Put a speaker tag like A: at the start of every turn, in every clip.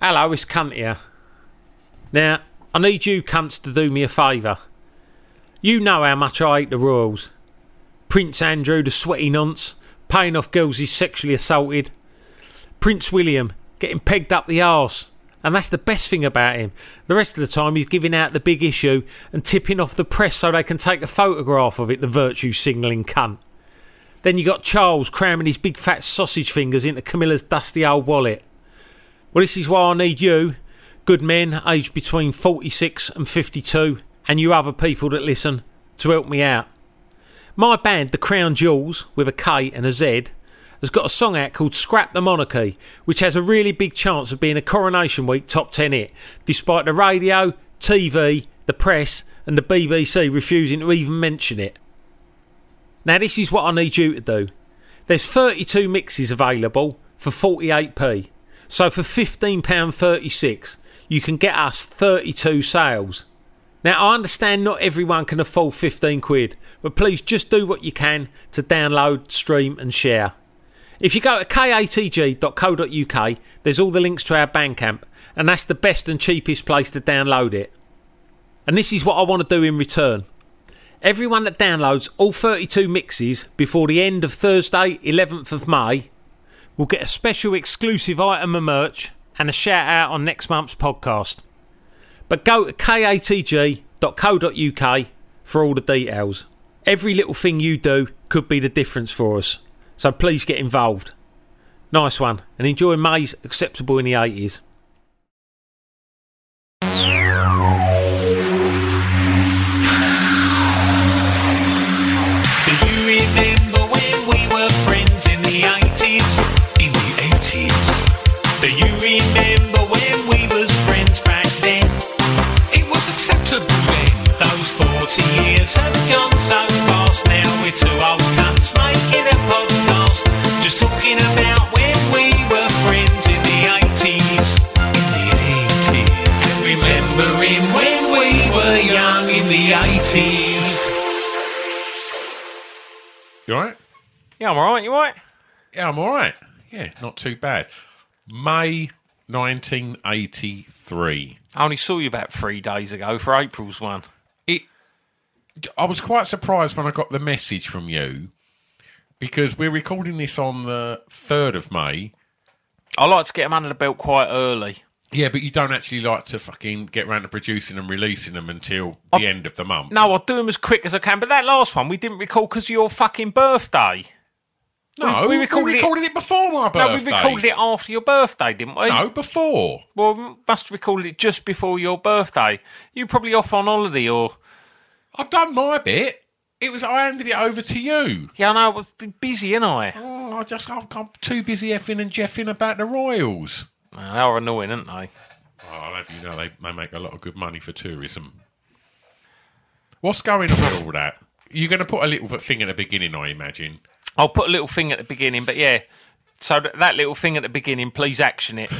A: Hello, it's Cunt here. Now, I need you cunts to do me a favour. You know how much I hate the royals. Prince Andrew, the sweaty nonce, paying off girls he's sexually assaulted. Prince William, getting pegged up the arse. And that's the best thing about him. The rest of the time, he's giving out the big issue and tipping off the press so they can take a photograph of it, the virtue signalling cunt. Then you got Charles cramming his big fat sausage fingers into Camilla's dusty old wallet. Well, this is why I need you, good men aged between 46 and 52, and you other people that listen, to help me out. My band, The Crown Jewels, with a K and a Z, has got a song out called Scrap the Monarchy, which has a really big chance of being a Coronation Week top 10 hit, despite the radio, TV, the press, and the BBC refusing to even mention it. Now, this is what I need you to do. There's 32 mixes available for 48p. So for £15.36, you can get us 32 sales. Now, I understand not everyone can afford 15 quid, but please just do what you can to download, stream, and share. If you go to katg.co.uk, there's all the links to our Bandcamp, and that's the best and cheapest place to download it. And this is what I want to do in return. Everyone that downloads all 32 mixes before the end of Thursday, 11th of May, will get a special exclusive item of merch and a shout out on next month's podcast. But go to katg.co.uk for all the details. Every little thing you do could be the difference for us, so please get involved. Nice one, and enjoy May's acceptable in the 80s.
B: Do you remember when we were friends in the 80s? In the 80s. Do you remember when we was friends back then? It was acceptable then. Those 40 years have gone so fast. Now we're two old cunts making a podcast. Just talking about when we were friends in the 80s. In the 80s. Remembering when we were young in the 80s.
C: You all right?
A: Yeah, I'm alright, you alright?
C: Yeah, I'm all right. Yeah, not too bad. May 1983.
A: I only saw you about three days ago for April's one.
C: It. I was quite surprised when I got the message from you because we're recording this on the 3rd of May.
A: I like to get them under the belt quite early.
C: Yeah, but you don't actually like to fucking get round to producing and releasing them until the end of the month.
A: No, I'll do them as quick as I can. But that last one we didn't record because of your fucking birthday.
C: no, we, recorded, it, before my
A: No,
C: birthday.
A: we recorded it after your birthday, didn't we?
C: No, before.
A: Well, we must have recorded it just before your birthday. You probably off on holiday or
C: I've done my bit. It was I handed it over to you.
A: yeah, I know. I was b- busy, and I.
C: Oh, I just I'm, I'm too busy effing and jeffing about the Royals.
A: Man, they are annoying, aren't they?
C: Oh, I'll have you know they, they make a lot of good money for tourism. What's going on with all that? You're going to put a little bit thing at the beginning, I imagine.
A: I'll put a little thing at the beginning, but yeah. So that, that little thing at the beginning, please action it.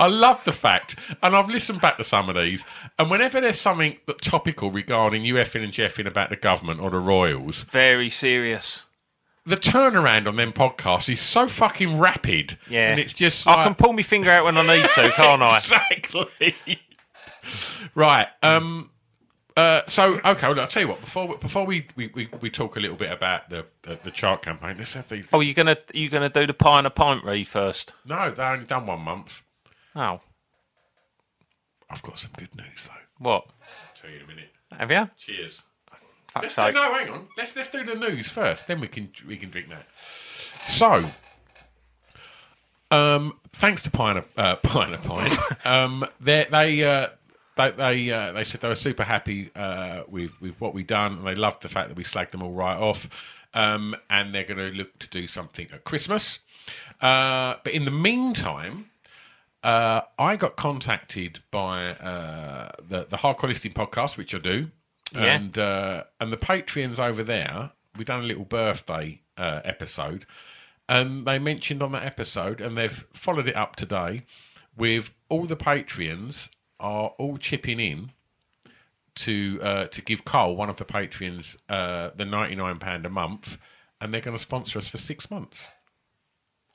C: I love the fact, and I've listened back to some of these, and whenever there's something that topical regarding you effing and jeffing about the government or the Royals,
A: Very serious.
C: the turnaround on them podcasts is so fucking rapid.
A: Yeah,
C: And it's just
A: I
C: like-
A: can pull my finger out when I need to, can't I?
C: exactly. right. Um, Uh, so okay, well, I'll tell you what. Before we- before we, we, we, we talk a little bit about the the, the chart campaign, let's have these.
A: Oh, you're gonna you gonna do the pie and a pint re first?
C: No, they only done one month.
A: Oh,
C: I've got some good news though.
A: what?
C: I'll tell you in a minute.
A: Have you?
C: Cheers.
A: Fuck's
C: Let's
A: sake.
C: no, hang on. Let's let's do the news first, then we can we can drink that. So, um, thanks to Pine uh, Pine Pine, um, they they uh, they they, uh, they said they were super happy uh, with with what we done, and they loved the fact that we slagged them all right off, um, and they're going to look to do something at Christmas. Uh, but in the meantime, uh, I got contacted by uh, the the Hardcore Listing podcast, which I do,
A: Yeah.
C: and uh, and the Patreons over there. We done a little birthday uh, episode, and they mentioned on that episode, and they've followed it up today with all the Patreons are all chipping in to uh, to give Carl, one of the Patreons, uh, the ninety nine pound a month, and they're going to sponsor us for six months.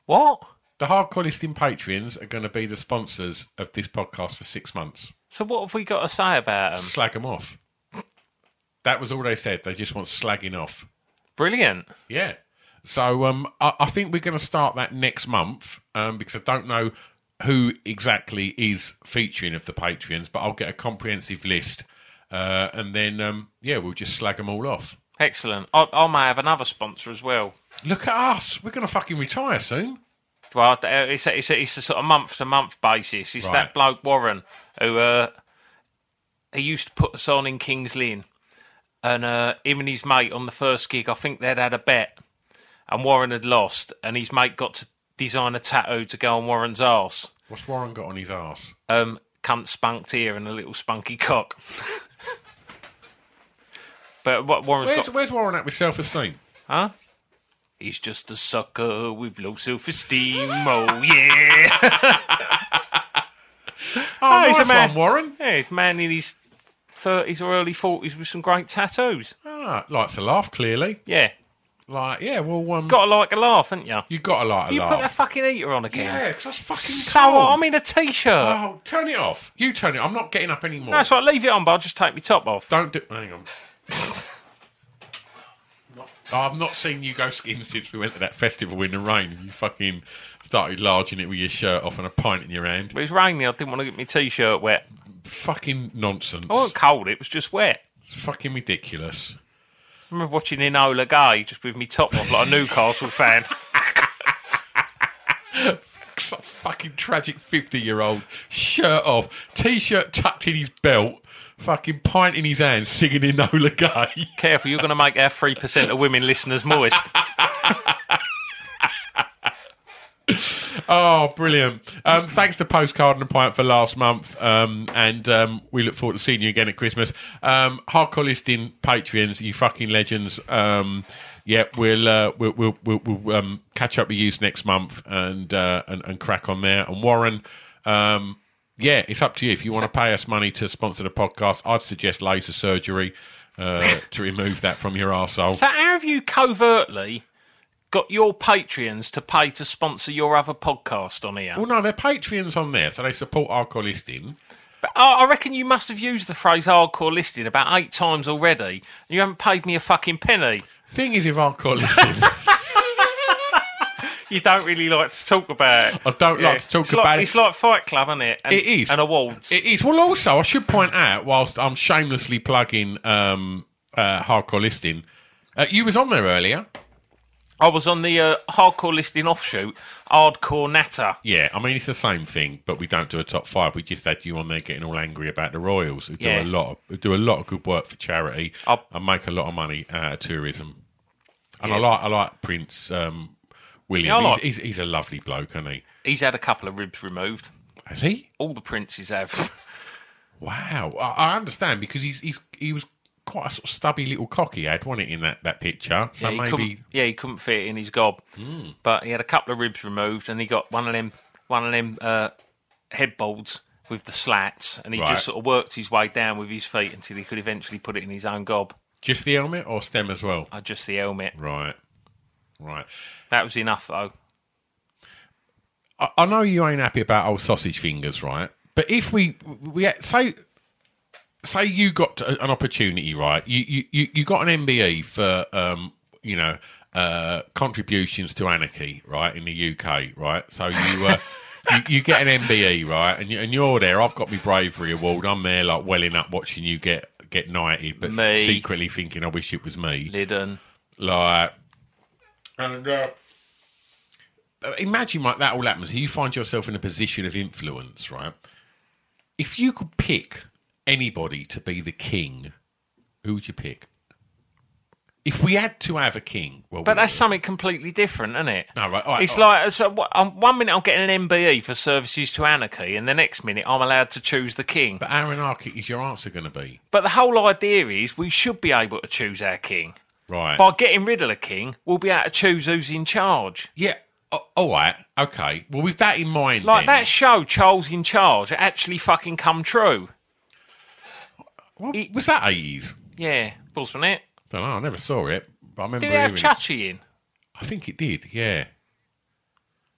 A: What?
C: The hardcore listing Patreons are going to be the sponsors of this podcast for six months.
A: So what have we got to say about them?
C: Slag them off. That was all they said. They just want slagging off.
A: Brilliant.
C: Yeah. So um, I, I think we're going to start that next month um, because I don't know who exactly is featuring of the Patreons, but I'll get a comprehensive list. Uh, and then, um, yeah, we'll just slag them all off.
A: Excellent. I, I may have another sponsor as well.
C: Look at us. We're going to fucking retire soon.
A: Well, I- uh, it's a, it's a, it's a sort of month to month basis. It's
C: Right.
A: that bloke Warren who uh, he used to put us on in Kings Lynn, and uh, him and his mate on the first gig, I think they'd had a bet, and Warren had lost, and his mate got to design a tattoo to go on Warren's arse.
C: What's Warren got on his ass?
A: Um, cunt spunked ear and a little spunky cock. but what Warren's
C: Where's,
A: got?
C: where's Warren at with self esteem?
A: Huh? He's just a sucker with low self esteem. Oh yeah.
C: Oh,
A: he's
C: nice
A: a man.
C: one, Warren.
A: Yeah, he's a man in his thirties or early forties with some great tattoos.
C: Ah, likes a laugh, clearly.
A: Yeah,
C: Like, yeah, well, um,
A: gotta like a laugh, haven't you?
C: you got to like a
A: You
C: laugh.
A: put that fucking heater on
C: yeah,
A: again.
C: because that's fucking
A: so
C: cold.
A: I'm in a t-shirt.
C: Oh, turn it off. You turn it. I'm not getting up anymore.
A: No, it's right. Leave it on, but I'll just take my top off.
C: Don't do. Hang on. Not- I've not seen you go skin since we went to that festival in the rain. and You fucking started larging it with your shirt off and a pint in your hand.
A: But it's raining. I didn't want to get my t-shirt wet.
C: Fucking nonsense.
A: I wasn't cold. It was just wet.
C: It's fucking ridiculous.
A: I remember watching Enola Gay just with me top off like a Newcastle fan.
C: Some fucking tragic 50 year old shirt off, t shirt tucked in his belt, fucking pint in his hand, singing Enola Gay.
A: Careful, you're going to make our three percent of women listeners moist.
C: Oh, brilliant. Um, thanks to Postcard and Pint for last month. Um, and um, we look forward to seeing you again at Christmas. Um, hardcore listing Patreons, you fucking legends. Um, yeah, we'll, uh, we'll, we'll, we'll, we'll um, catch up with you next month and, uh, and, and crack on there. And Warren, um, yeah, it's up to you. If you want to pay us money to sponsor the podcast, I'd suggest laser surgery uh, to remove that from your arsehole.
A: So, how have you covertly got your Patreons to pay to sponsor your other podcast on here?
C: Well, no, they're Patreons on there, so they support hardcore listing.
A: But I I reckon you must have used the phrase hardcore listing about eight times already, and you haven't paid me a fucking penny.
C: Thing is, if hardcore listing.
A: You don't really like to talk about it.
C: I don't like to talk
A: it's
C: about
A: like,
C: it.
A: It's like Fight Club, isn't it? And,
C: It is.
A: And awards.
C: It is. Well, also, I should point out, whilst I'm shamelessly plugging um, uh, Hardcore Listing, uh, you was on there earlier.
A: I was on the uh, hardcore listing offshoot, Hardcore Natter.
C: Yeah, I mean, it's the same thing, but we don't do a top five. We just had you on there getting all angry about the Royals, who
A: Yeah.
C: do, a lot of, who do a lot of good work for charity
A: I'll-
C: and make a lot of money out of tourism. And I,
A: Yeah.
C: like, I like Prince um, William.
A: Yeah, I like-
C: he's, he's, he's a lovely bloke, isn't he?
A: He's had a couple of ribs removed.
C: Has he?
A: All the princes have.
C: Wow, I, I understand because he's, he's he was quite a sort of stubby little cock he had, wasn't it, in that, that Hmm. picture? So
A: Yeah, he
C: maybe
A: couldn't, yeah, he couldn't fit it in his gob, but he had a couple of ribs removed, and he got one of them, one of them uh, head bolts with the slats, and he
C: Right.
A: just sort of worked his way down with his feet until he could eventually put it in his own gob.
C: Just the helmet or stem as well?
A: Uh, just the helmet.
C: Right. Right.
A: That was enough, though.
C: I, I know you ain't happy about old sausage fingers, right? But if we we had- say say you got an opportunity, right? You you you, you got an MBE for um you know uh contributions to anarchy, right? In the UK, right? So you. Uh, You, you get an MBE right, and, you, and you're there. I've got my bravery award. I'm there, like welling up, watching you get get knighted, but
A: Me.
C: secretly thinking, I wish it was me.
A: Lydon.
C: Like, and uh, imagine like that all happens. You find yourself in a position of influence, right? If you could pick anybody to be the king, who would you pick? If we had to have a king, well,
A: But
C: we
A: that's
C: would.
A: something completely different, isn't it?
C: No, right, all right,
A: it's
C: all
A: like so what- um, one minute I'm getting an MBE for services to anarchy, and the next minute I'm allowed to choose the king.
C: But our anarchic is your answer going to be
A: But the whole idea is we should be able to choose our king.
C: right?
A: By getting rid of the king, we'll be able to choose who's in charge.
C: yeah. o- all right. Okay. Well, with that in mind,
A: Like
C: then-
A: that show, Charles in Charge, it actually fucking come true.
C: What- was that eighties?
A: Yeah, wasn't it?
C: Don't know. I never saw it, but I remember.
A: Did it have
C: hearing it.
A: Chachi in?
C: I think it did. Yeah.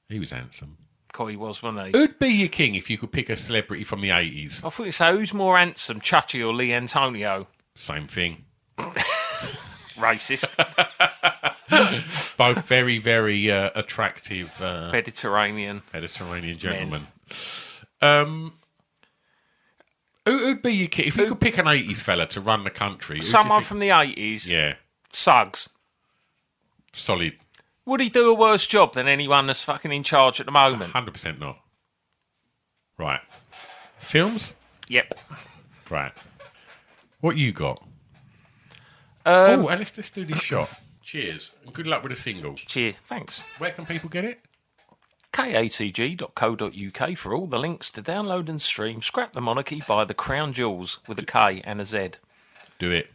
C: He was handsome.
A: God, he was, wasn't he?
C: Who'd be your king if you could pick a celebrity from the eighties?
A: I thought you say who's more handsome, Chachi or Lee Antonio?
C: Same thing.
A: Racist,
C: Both very, very uh, attractive uh,
A: Mediterranean.
C: Mediterranean gentlemen. Um, who, who'd be your king if you could pick an eighties fella to run the country? who do you
A: Someone
C: think-
A: from the eighties.
C: yeah,
A: Suggs.
C: solid,
A: Would he do a worse job than anyone that's fucking in charge at the moment?
C: hundred percent not. Right, films.
A: Yep.
C: Right, what you got?
A: Um,
C: oh, and let's, let's do this shot. Cheers and good luck with a single.
A: cheer. Thanks.
C: Where can people get it?
A: katg.co.uk for all the links to download and stream Scrap the Monarchy by The Crown Jewels with a K and a Z.
C: Do it.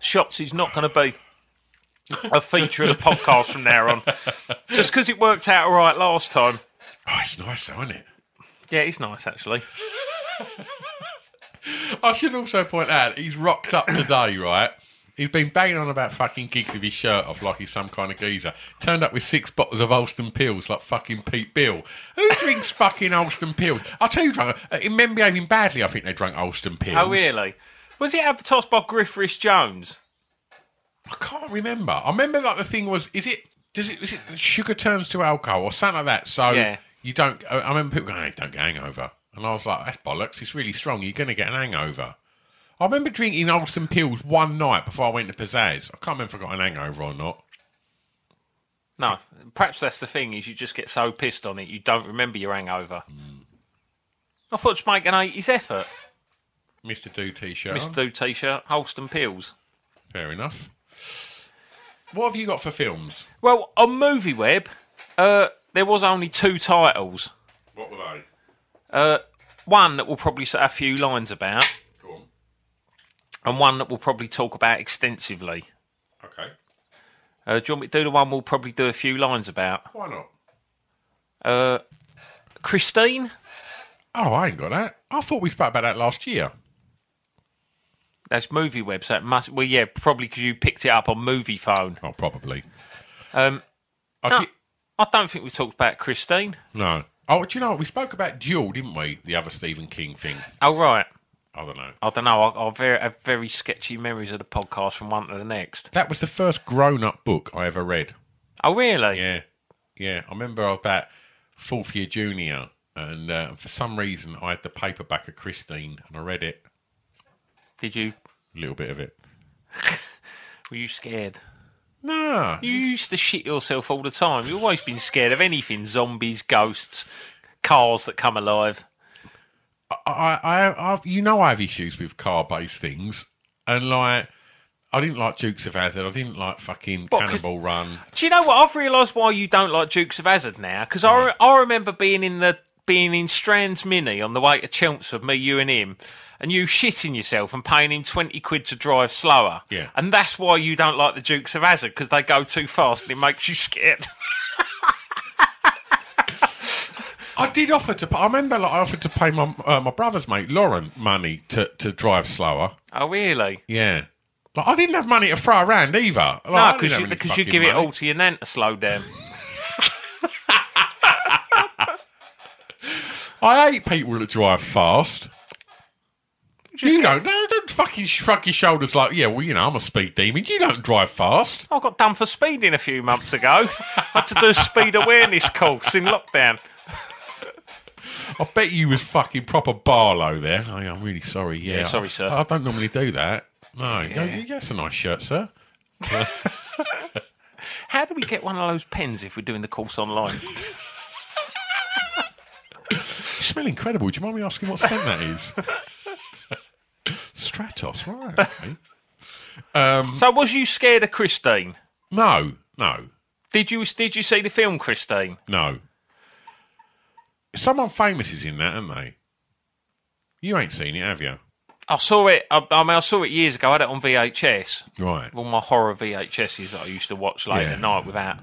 A: Shots is not going to be a feature of the podcast from now on. Just because it worked out all right last time.
C: Oh, it's nice, though, isn't it?
A: Yeah, it's nice actually.
C: I should also point out he's rocked up today, right? He's been banging on about fucking gigs with his shirt off like he's some kind of geezer. Turned up with six bottles of Alston Pills like fucking Pete Bill. Who drinks fucking Alston Pills? I'll tell you, drunk, uh, in men behaving badly, I think they drank Alston Pills.
A: Oh, really? Was it advertised by Griffiths Jones?
C: I can't remember. I remember like the thing was, is it, does it, is it the sugar turns to alcohol or something like that? So
A: Yeah.
C: you don't, I I remember people going, hey, don't get a hangover. And I was like, that's bollocks. It's really strong. You're going to get an hangover. I remember drinking Alston Pills one night before I went to Pizzazz. I can't remember if I got an hangover or not.
A: No. Perhaps that's the thing is you just get so pissed on it you don't remember your hangover. I thought you'd make an 80s effort.
C: Mr. Do t shirt.
A: Mr. Do T-shirt, Holston Peels.
C: Fair enough. What have you got for films?
A: Well, on Movie Web, uh, there was only two titles. Uh,
C: What were they?
A: One that we'll probably say a few lines about,
C: Go on.
A: and one that we'll probably talk about extensively.
C: Okay.
A: Uh, do you want me to do the one we'll probably do a few lines about?
C: Why not?
A: Uh, Christine?
C: Oh, I ain't got that. I thought we spoke about that last year.
A: That's Movie Web, so it must. Well, yeah, probably because you picked it up on Movie Phone.
C: Oh, probably.
A: Um,
C: I
A: no,
C: thi-
A: I don't think we talked about Christine.
C: No. Oh, do you know what? We spoke about Duel, didn't we? The other Stephen King thing.
A: Oh, right.
C: I don't know.
A: I don't know. I, I very, have very sketchy memories of the podcast from one to the next.
C: That was the first grown up book I ever read.
A: Oh, really?
C: Yeah. Yeah. I remember I was about fourth year junior, and uh, for some reason I had the paperback of Christine, and I read it,
A: Did you?
C: a little bit of it.
A: Were you scared?
C: Nah.
A: You used to shit yourself all the time. You've always been scared of anything zombies, ghosts, cars that come alive.
C: I, I, I, you know, I have issues with car-based things, and like, I didn't like Dukes of Hazard. I didn't like fucking
A: What, 'cause-
C: Cannibal Run.
A: Do you know what? I've realised why you don't like Dukes of Hazard now. Because I, I remember being in the being in Strands Mini on the way to Chelmsford, me, you, and him, and you shitting yourself and paying him twenty quid to drive slower.
C: Yeah.
A: and that's why you don't like the Dukes of Hazard because they go too fast and it makes you scared.
C: I did offer to. I remember, like, I offered to pay my uh, my brother's mate Lauren money to to drive slower.
A: oh, really?
C: Yeah, like I didn't have money to throw around either. Like, I
A: No,
C: didn't
A: because
C: have
A: you,
C: any
A: because you
C: fucking
A: give it
C: money.
A: all to your nan to slow down.
C: I hate people that drive fast. you don't, no, don't fucking shrug your shoulders like, yeah, well, you know, I'm a speed demon. You don't drive fast.
A: I got done for speeding a few months ago. I had to do a speed awareness course in lockdown.
C: I bet you was fucking proper Barlow there. Oh, yeah, I'm really sorry. Yeah,
A: Yeah, sorry, sir.
C: I don't normally do that. No, yeah. that's a nice shirt, sir.
A: How do we get one of those pens if we're doing the course online?
C: You smell incredible. Do you mind me asking what scent that is? Stratos, right? Okay.
A: so, was you scared of Christine?
C: No, no,
A: Did you did you see the film Christine?
C: no. Someone famous is in that, aren't they? You ain't seen it, have you?
A: I saw it. I, I mean, I saw it years ago. I had it on VHS.
C: Right.
A: All my horror VHSs that I used to watch late
C: Yeah.
A: at night without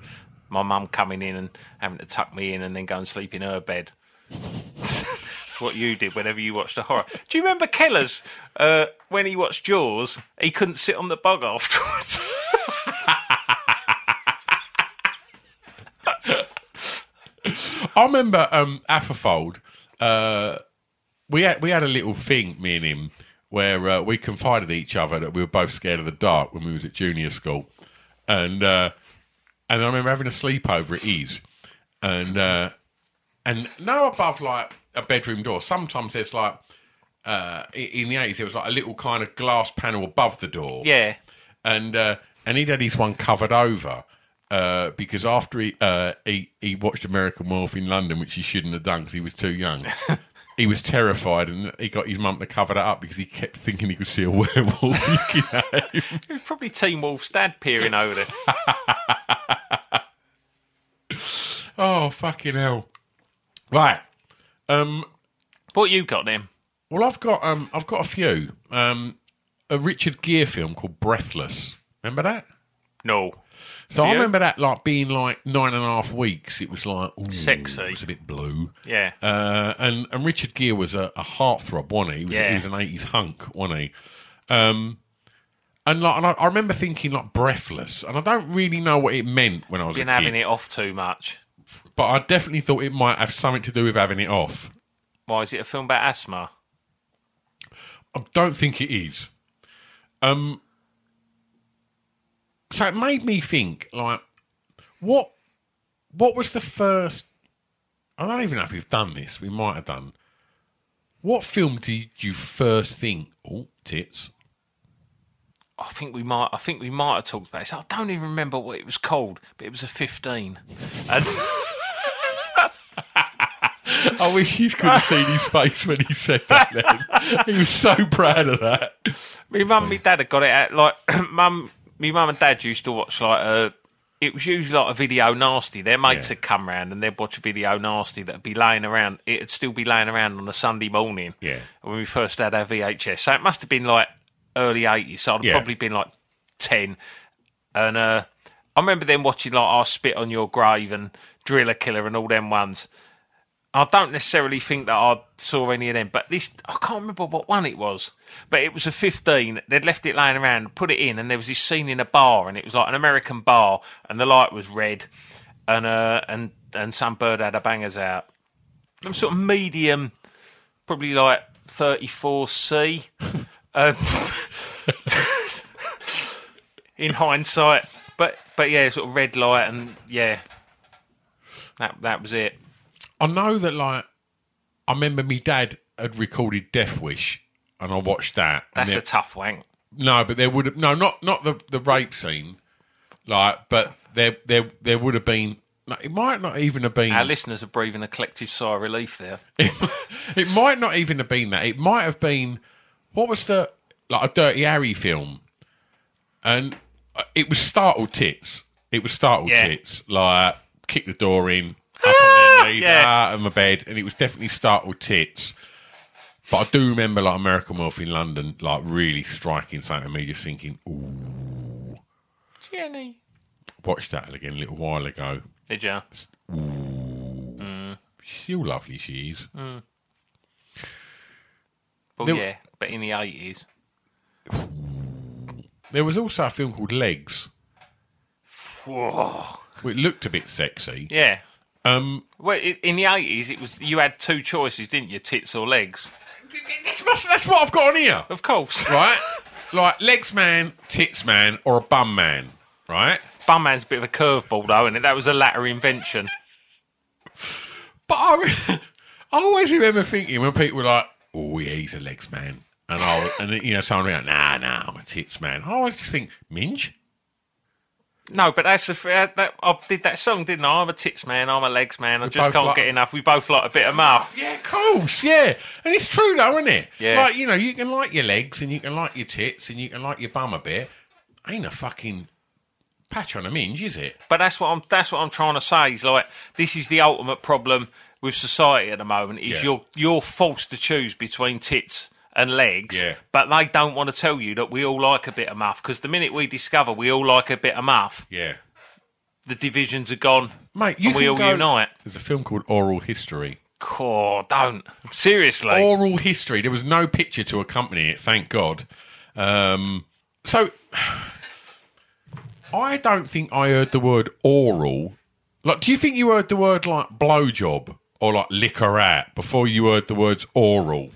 A: my mum coming in and having to tuck me in and then go and sleep in her bed. That's what you did whenever you watched a horror. Do you remember Keller's uh, when he watched Jaws? He couldn't sit on the bug afterwards.
C: I remember um, Atherfold. Uh, we had we had a little thing, me and him, where uh, we confided each other that we were both scared of the dark when we was at junior school, and uh, and I remember having a sleepover at Ease, and uh, and now above like a bedroom door, sometimes there's like uh, i- in the eighties there was like a little kind of glass panel above the door,
A: yeah.
C: and uh, and he'd had his one covered over uh, because after he, uh, he he watched American Wolf in London, which he shouldn't have done because he was too young. he was terrified, and he got his mum to cover that up because he kept thinking he could see a werewolf. looking at him.
A: It was probably Team Wolf's dad peering over there.
C: oh fucking hell! Right. Um,
A: what you got then?
C: well, I've got um, I've got a few. Um, a Richard Gere film called Breathless. Remember that?
A: No.
C: So I
A: you?
C: remember that like being like nine and a half weeks. It was like ooh,
A: Sexy.
C: It was a bit blue.
A: Yeah.
C: Uh, and and Richard Gere was a, a heartthrob, wasn't he? He was,
A: Yeah.
C: he was an eighties hunk, wasn't he? Um, and like, and I, I remember thinking like breathless, and I don't really know what it meant when I was
A: Been
C: a
A: having
C: kid,
A: it off too much.
C: but I definitely thought it might have something to do with having it off.
A: Why is it a film about asthma?
C: I don't think it is. Um, so it made me think, like, what, what was the first? I don't even know if we've done this. We might have done. What film did you first think? Oh, tits!
A: I think we might. I think we might have talked about this. I don't even remember what it was called, but it was a fifteen. And
C: I wish you could have seen his face when he said that. Then he was so proud of that.
A: my mum, and my dad had got it at like mum. My mum and dad used to watch like a. It was usually like a video nasty. Their mates
C: Yeah.
A: would come round and they'd watch a video nasty that'd be laying around. It'd still be laying around on a Sunday morning.
C: Yeah.
A: When we first had our VHS, so it must have been like early eighties. So I'd
C: Yeah.
A: probably been like ten, and uh, I remember them watching like "I Spit on Your Grave" and "Driller Killer" and all them ones. I don't necessarily think that I saw any of them, but this I can't remember what one it was. But it was a fifteen. They'd left it laying around, put it in, and there was this scene in a bar, and it was like an American bar, and the light was red, and uh, and and some bird had a bangers out. I'm sort of medium, probably like thirty four C. Um, in hindsight, but but yeah, sort of red light, and yeah, that that was it.
C: I know that, like, I remember my dad had recorded Death Wish, and I watched that. and
A: That's
C: then-
A: a tough wank.
C: No, but there would have no, not not the the rape scene, like, but there there there would have been. No, it might not even have been.
A: Our listeners are breathing a collective sigh of relief there.
C: it might not even have been that. It might have been what was the like a Dirty Harry film, and uh, it was startled tits. It was startled
A: Yeah.
C: tits. Like kick the door in, up on their knees,
A: Yeah.
C: out of my bed, and it was definitely startled tits. But I do remember like American Wealth in London, like really striking something. to Me just thinking, ooh.
A: Jenny.
C: watched that again a little while ago.
A: Did you?
C: She's all lovely, she is.
A: Well,
C: There-
A: yeah, but in the 80s.
C: There was also a film called Legs,
A: Whoa.
C: which looked a bit sexy.
A: Yeah.
C: Um,
A: Well, i- in the eighties, it was you had two choices, didn't you? Tits or legs?
C: this must, that's what I've got on here.
A: Of course.
C: right? like legs man, tits man, or a bum man, right?
A: Bunman's a bit of a curveball, though, and that was a latter invention.
C: But I, re- I always remember thinking when people were like, "Oh yeah, he's a legs man," and I was, and you know someone would be like, "Nah, nah, I'm a tits man." I always just think minge.
A: No, but that's the f- that I did that song, didn't I? I'm a tits man, I'm a legs man. I
C: both
A: just can't
C: like-
A: get enough. We both like a bit of muff.
C: Yeah, of course, yeah, and it's true though, isn't it?
A: Yeah.
C: Like you know, you can like your legs and you can like your tits and you can like your bum a bit. Ain't a fucking patch on a minge, is it?
A: But that's what I'm. That's what I'm trying to say. Is like this is the ultimate problem with society at the moment. Is
C: Yeah.
A: you're you're forced to choose between tits and legs.
C: Yeah.
A: But they don't want to tell you that we all like a bit of muff because the minute we discover we all like a bit of muff,
C: Yeah.
A: the divisions are gone.
C: Mate, you
A: and we
C: can
A: all
C: go-
A: unite.
C: There's a film called Oral History.
A: Core, don't seriously.
C: oral history. There was no picture to accompany it, thank God. Um, so I don't think I heard the word oral. Like, do you think you heard the word like blowjob or like liquor at before you heard the words oral?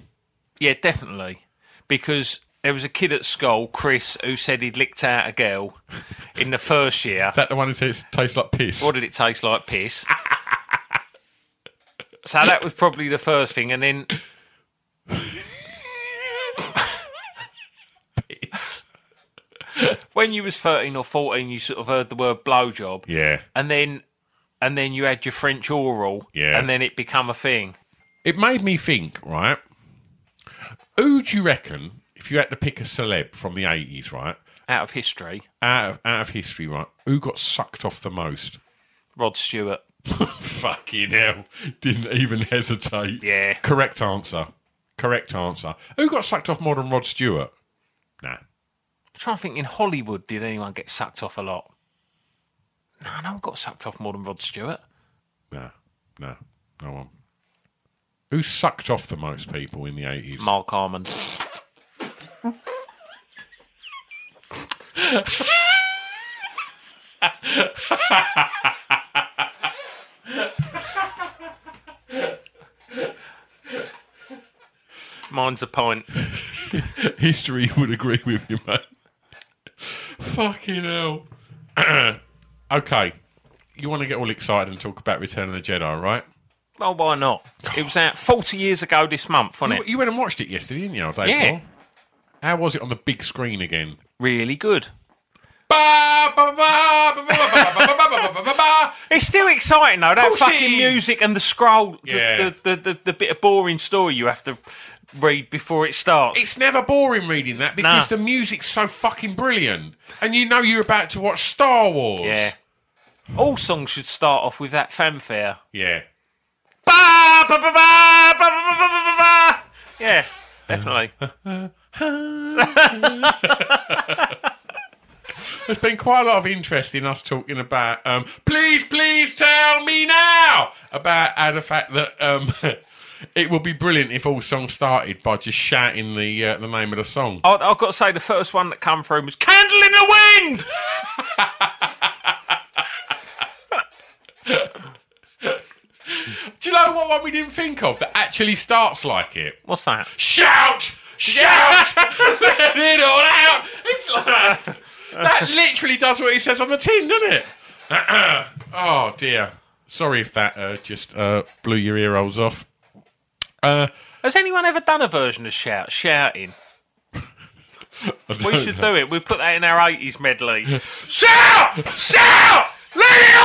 A: Yeah, definitely. Because there was a kid at school, Chris, who said he'd licked out a girl in the first year.
C: Is that the one that tastes, tastes like piss?
A: What did it taste like? Piss. so that was probably the first thing, and then when you was thirteen or fourteen, you sort of heard the word blowjob,
C: yeah.
A: and then and then you had your French oral,
C: Yeah.
A: and then it become a thing.
C: It made me think, right? Who do you reckon, if you had to pick a celeb from the 80s, right?
A: Out of history,
C: Out of, out of history, right? Who got sucked off the most?
A: Rod Stewart.
C: Fucking hell. Didn't even hesitate.
A: Yeah.
C: Correct answer. Correct answer. Who got sucked off more than Rod Stewart? Nah.
A: I'm trying to think in Hollywood, did anyone get sucked off a lot? No, no one got sucked off more than Rod Stewart.
C: Nah. Nah. No one. Who sucked off the most people in the 80s?
A: Mark Harmon. Mine's a pint.
C: History would agree with you, mate. Fucking hell. okay. You want to get all excited and talk about Return of the Jedi, right?
A: Oh, why not? It was out 40 years ago this month, wasn't
C: You,
A: it?
C: you went and watched it yesterday, didn't you? or Day
A: Yeah.
C: before? How was it on the big screen again?
A: Really good.
C: Ba, ba, ba, ba, ba, ba, ba, ba, ba, ba, ba, ba, ba.
A: It's still exciting though. That
C: course it
A: fucking
C: is.
A: music and the scroll, the,
C: Yeah.
A: the, the, the, the bit of boring story you have to read before it starts.
C: It's never boring reading that because
A: Nah.
C: the music's so fucking brilliant, and you know you're about to watch Star Wars.
A: yeah. All songs should start off with that fanfare.
C: yeah.
A: Ba ba ba ba ba ba ba ba ba, ba. Yeah, definitely.
C: There's been quite a lot of interest in us talking about. Um, please, please tell me now about uh, the fact that um, it would be brilliant if all songs started by just shouting the uh, the name of the song.
A: I, I've got to say, the first one that come through was "Candle in the Wind."
C: Do you know what one we didn't think of that actually starts like it?
A: What's that?
C: shout, shout, let it all out. It's like, that literally does what he says on the tin, doesn't it? oh dear. Sorry if that uh, just uh, blew your ear holes off. Uh,
A: Has anyone ever done a version of shout shouting? We should do it. We put that in our eighties medley.
C: Shout, shout, let it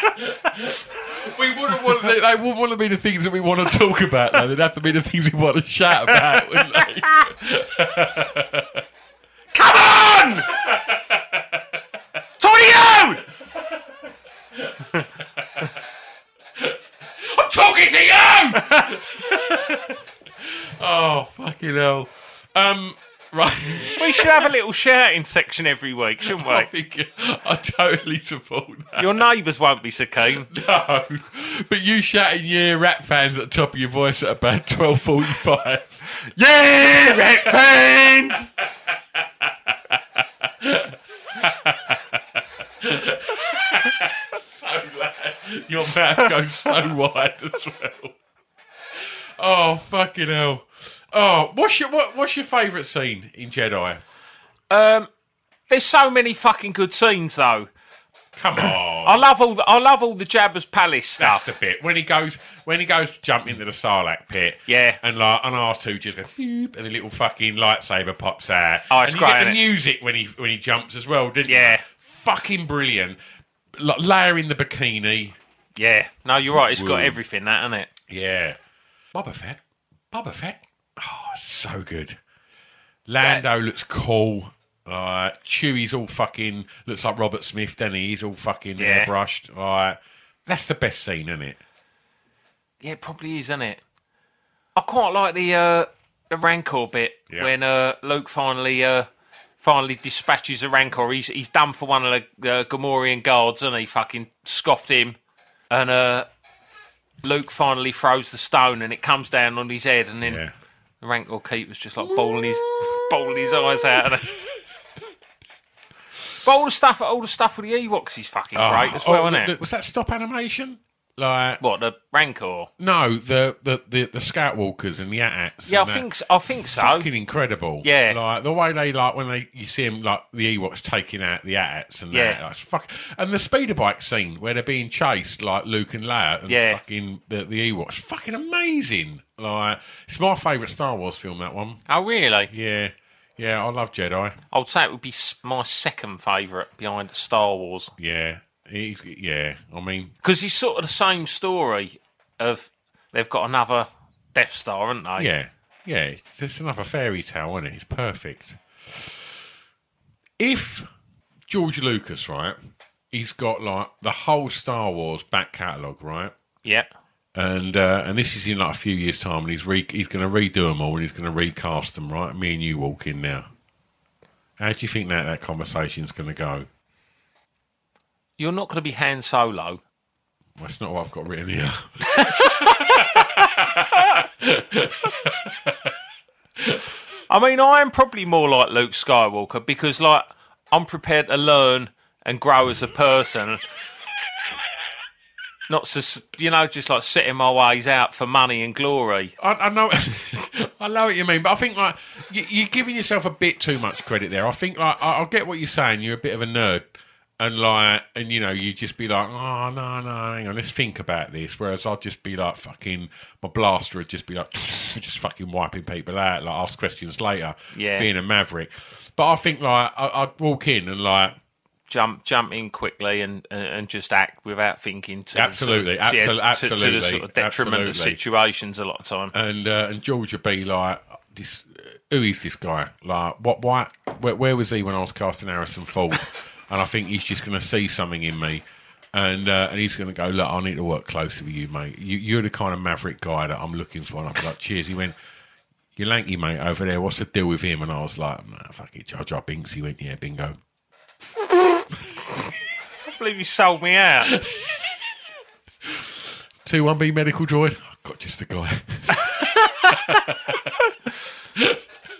C: all out. we wouldn't want. They, they wouldn't want to be the things that we want to talk about. Though. They'd have to be the things we want to shout about. Wouldn't they?
A: Come on! Tornado!
C: I'm talking to you! oh, fucking hell. Um, right.
A: We should have a little shouting section every week, shouldn't
C: I
A: we?
C: think I totally support that.
A: Your neighbours won't be so keen.
C: No. But you shouting, yeah, rap fans at the top of your voice at about 12.45. yeah, rap fans! so loud. Your mouth goes so wide as well. Oh fucking hell! Oh, what's your what, what's your favourite scene in Jedi?
A: Um, there's so many fucking good scenes though.
C: Come on,
A: I love all the, I love all the Jabba's palace
C: that's
A: stuff.
C: the bit when he goes when he goes to jump into the Sarlacc pit.
A: Yeah.
C: and like an R two just goes "Phew," and the little fucking lightsaber pops out.
A: Oh, it's
C: and you get
A: great,
C: the
A: innit?
C: music when he when he jumps as well, didn't you?
A: Yeah.
C: fucking brilliant. Like layering the bikini.
A: yeah, no, you're right. It's got
C: Woo.
A: everything, that, isn't it?
C: Yeah. Boba Fett. Boba Fett. Oh, so good. Lando looks cool. Uh, Chewie's all fucking looks like Robert Smith, then he? he's all fucking
A: Yeah.
C: airbrushed. Like that's the best scene, isn't it?
A: Yeah, it probably is, isn't it? I quite like the uh, the Rancor bit
C: Yeah.
A: when uh, Luke finally uh, finally dispatches the Rancor. He's he's done for one of the uh, Gamorrean guards, and he fucking scoffed him, and uh, Luke finally throws the stone, and it comes down on his head, and then
C: Yeah.
A: the Rancor keeper's just like bawling his bawling his eyes out. And but all the stuff, all the stuff with the Ewoks is fucking great as well,
C: Oh,
A: isn't
C: the-
A: it?
C: Was that stop animation? Like
A: What the Rancor?
C: no, the the the, the scout walkers and the AT-ATs.
A: Yeah, I
C: and that.
A: think so, I think so.
C: fucking incredible.
A: Yeah.
C: like the way they like when they you see them like the Ewoks taking out the ATs and
A: Yeah.
C: that. That's fuck. And the speeder bike scene where they're being chased like Luke and Leia and
A: Yeah.
C: fucking the, the Ewoks, fucking amazing. Like it's my favourite Star Wars film. That one.
A: Oh, really?
C: Yeah, yeah, I love Jedi.
A: I would say it would be s- my second favourite behind Star Wars
C: Yeah, He's- yeah. I mean,
A: because it's sort of the same story of they've got another Death Star, haven't they?
C: Yeah, yeah. It's just another fairy tale, isn't it? It's perfect. If George Lucas, right, he's got like the whole Star Wars back catalogue, right,
A: Yeah.
C: and uh, and this is in like a few years' time, and he's re- he's going to redo them all, and he's going to recast them, right? Me and you walk in now. How do you think that that conversation's going to go?
A: You're not going to be Han Solo.
C: That's not what I've got written here.
A: I mean, I am probably more like Luke Skywalker because, like, I'm prepared to learn and grow as a person. Not so, you know, just like setting my ways out for money and glory.
C: I, I know, I know what you mean, but I think like you, you're giving yourself a bit too much credit there. I think like I, I get what you're saying. You're a bit of a nerd, and like, and you know, you just be like, oh no, no, hang on, let's think about this. Whereas I'd just be like, fucking, my blaster would just be like, just fucking wiping people out, like ask questions later,
A: Yeah.
C: being a maverick. But I think like I, I'd walk in and like.
A: jump jump in quickly and and, and just act without thinking to
C: Absolutely,
A: sort of- yeah, to- to, the
C: absolute-
A: sort of
C: absolutely,
A: detriment of
C: absolutely.
A: situations a lot of time.
C: and uh, and George would be like, "This, who is this guy? Like, what? Why? Where, where was he when I was casting Harrison Ford?" and I think he's just going to see something in me, and uh, and he's going to go, "Look, I need to work closer with you, mate. You, you're the kind of maverick guy that I'm looking for." And I'd be like, "Cheers." He went. You lanky mate over there. What's the deal with him? And I was like, nah, "Fuck it, Jar Jar Binks." He went, "Yeah, bingo."
A: I believe you sold me out.
C: Two one B medical droid. I got just the guy.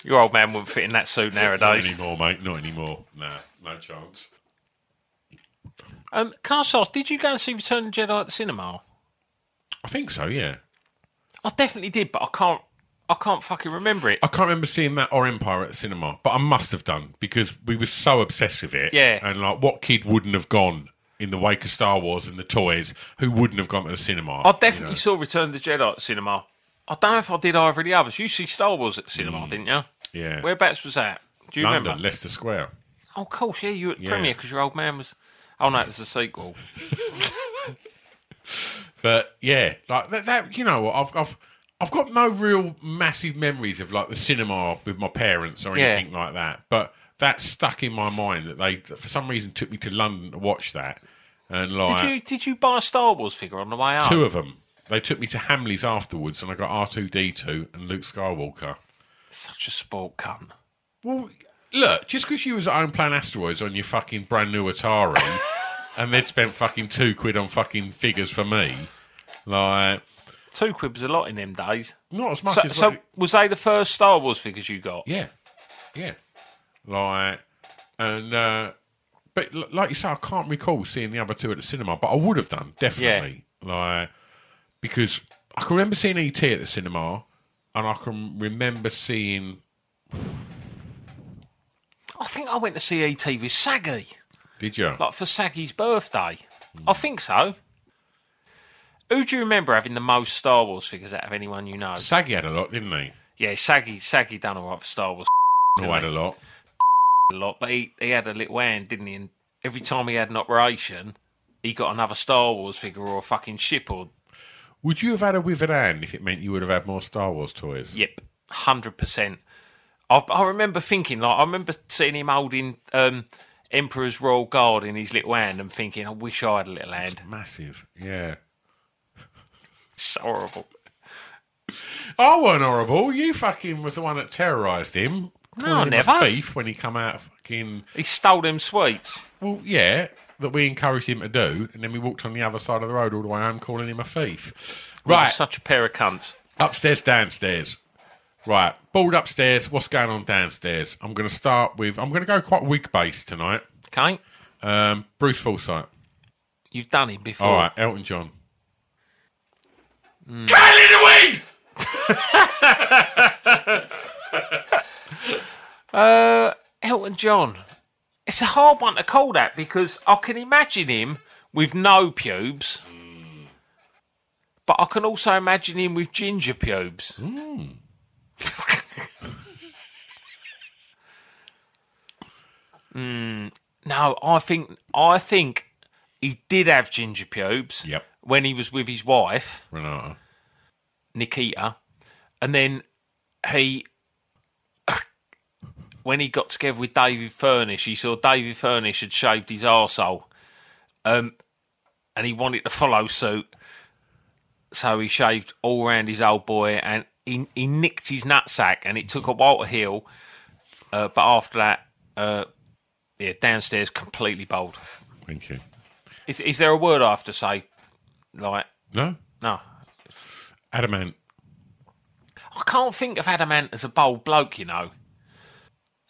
A: Your old man wouldn't fit in that suit
C: Not
A: nowadays.
C: anymore, mate. Not anymore. Nah, no chance.
A: Um, can I just ask, did you go and see Return of the Jedi at the cinema?
C: I think so. Yeah.
A: I definitely did, but I can't. I can't fucking remember it.
C: I can't remember seeing that or Empire at the cinema, but I must have done because we were so obsessed with it.
A: Yeah.
C: And like, what kid wouldn't have gone in the wake of Star Wars and the toys? Who wouldn't have gone to the cinema?
A: I Oh, definitely saw Return of the Jedi at the cinema. I don't know if I did either of the others. You see Star Wars at the cinema, didn't you?
C: Mm. Yeah.
A: Whereabouts was that? Do you
C: London,
A: remember?
C: Leicester Square.
A: Oh, of course, yeah, you were at the
C: Yeah.
A: premiere because your old man was. Oh no, it was the sequel.
C: But yeah, like that. that you know, what, I've I've I've got no real massive memories of like the cinema with my parents or
A: Yeah.
C: anything like that. But that stuck in my mind that they that for some reason took me to London to watch that. And like,
A: Did you did you buy a Star Wars figure on the way out?
C: two of them. They took me to Hamley's afterwards, and I got R two D two and Luke Skywalker.
A: Such a sport cunt.
C: Well, look, just because you was at home playing asteroids on your fucking brand new Atari, and they'd spent fucking two quid on fucking figures for me, like
A: Two quid was a lot in them days.
C: not as much
A: So,
C: as
A: so
C: like-
A: was they the first Star Wars figures you got?
C: yeah, yeah, like and uh, but l- like you say, I can't recall seeing the other two at the cinema, but I would have done definitely. Like because I can remember seeing ET at the cinema, and I can remember seeing
A: I think I went to see ET with Saggy,
C: did you?
A: like for Saggy's birthday.
C: Hmm.
A: I think so. Who do you remember having the most Star Wars figures out of anyone you know?
C: Saggy had a lot, didn't he?
A: Yeah, Saggy, Saggy done all right for Star Wars
C: No, had a lot.
A: a lot, but he, he had a little hand, didn't he? And every time he had an operation, he got another Star Wars figure or a fucking ship or
C: Would you have had a withered hand if it meant you would have had more Star Wars toys?
A: Yep, hundred percent. I I remember thinking like I remember seeing him holding um, Emperor's Royal Guard in his little hand and thinking, I wish I had a little hand.
C: Massive, yeah.
A: It's horrible.
C: I weren't horrible. You fucking was the one that terrorised him.
A: No,
C: Calling him a
A: never.
C: thief when he come out of fucking.
A: He stole them sweets.
C: Well, yeah, that we encouraged him to do, and then we walked on the other side of the road all the way home, calling him a thief.
A: We were
C: Right,
A: such a pair of cunts.
C: upstairs, downstairs. Right, board upstairs. What's going on downstairs? I'm going to start with. I'm going to go quite wig based tonight.
A: Okay,
C: Um, Bruce Forsyth.
A: you've done him before.
C: All right, Elton John. Gale in the wind.
A: Elton John. It's a hard one to call that because I can imagine him with no pubes, but I can also imagine him with ginger pubes. Hmm. Mm, No, I think I think he did have ginger pubes
C: Yep.
A: when he was with his wife.
C: Renata.
A: Nikita, and then he, when he got together with David Furnish, he saw David Furnish had shaved his arsehole, um, and he wanted to follow suit, so he shaved all round his old boy, and he, he nicked his nutsack, and it took a while to heal, uh, but after that, uh, yeah, downstairs completely bold.
C: Thank you.
A: Is is there a word I have to say? Like
C: No,
A: no,
C: adamant.
A: I can't think of Adamant as a bold bloke, you know.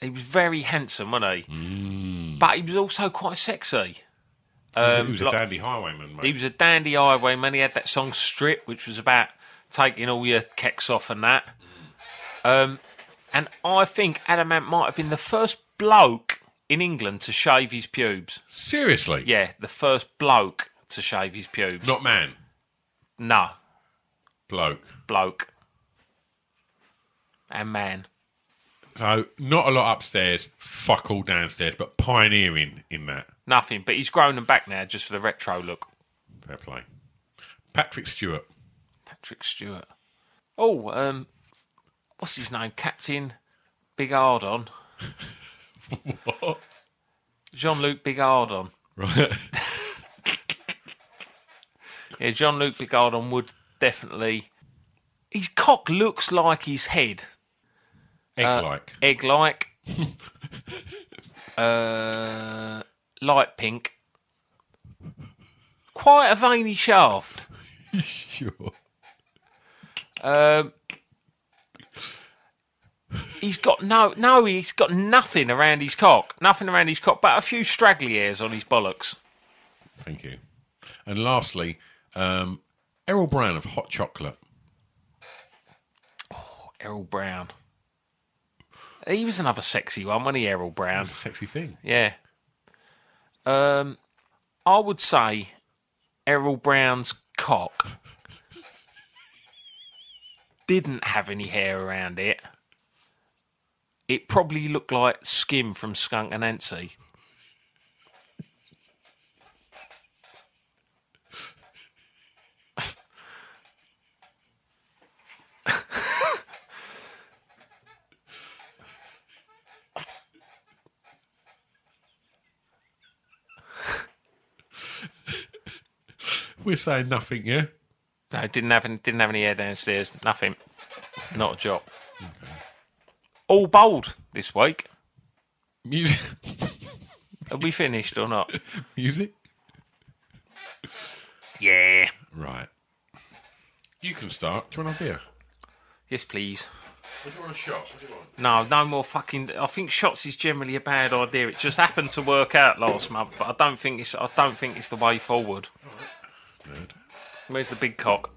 A: He was very handsome, wasn't he? But he was also quite sexy.
C: he was
A: Um, like-
C: a dandy highwayman, mate.
A: He was a dandy highwayman. He had that song Strip, which was about taking all your kecks off and that. Um, and I think Adamant might have been the first bloke in England to shave his pubes.
C: Seriously?
A: Yeah, the first bloke to shave his pubes.
C: Not man,
A: no,
C: bloke.
A: bloke. And man.
C: So not a lot upstairs, fuck all downstairs, but pioneering in that.
A: Nothing, but he's grown and back now just for the retro look.
C: Fair play. Patrick Stewart.
A: Patrick Stewart. Oh, um, what's his name? Captain Big Ardon.
C: What?
A: Jean Luc Big Ardon.
C: Right.
A: Yeah, Jean Luc Big Ardon would definitely. His cock looks like his head,
C: Egg like.
A: egg like. uh, light pink. Quite a veiny shaft.
C: sure.
A: Um, he's got no, no, he's got nothing around his cock, nothing around his cock, but a few straggly hairs on his bollocks.
C: Thank you. And lastly, um, Errol Brown of Hot Chocolate.
A: Errol Brown. He was another sexy one, wasn't he, Errol Brown?
C: That's a sexy thing.
A: Yeah. Um, I would say Errol Brown's cock didn't have any hair around it. It probably looked like skin from Skunk and Nancy.
C: We're saying nothing, yeah?
A: No, didn't have any, didn't have any hair downstairs. Nothing. Not a job. All bold this week.
C: Music.
A: Are we finished or not?
C: Music?
A: Yeah.
C: Right. You can start. Do you want a beer?
A: Yes, please.
C: What do you want a shot? What do you want?
A: No, no more fucking. I think shots is generally a bad idea. It just happened to work out last month, but I don't think it's. I don't think it's the way forward. Where's the big cock?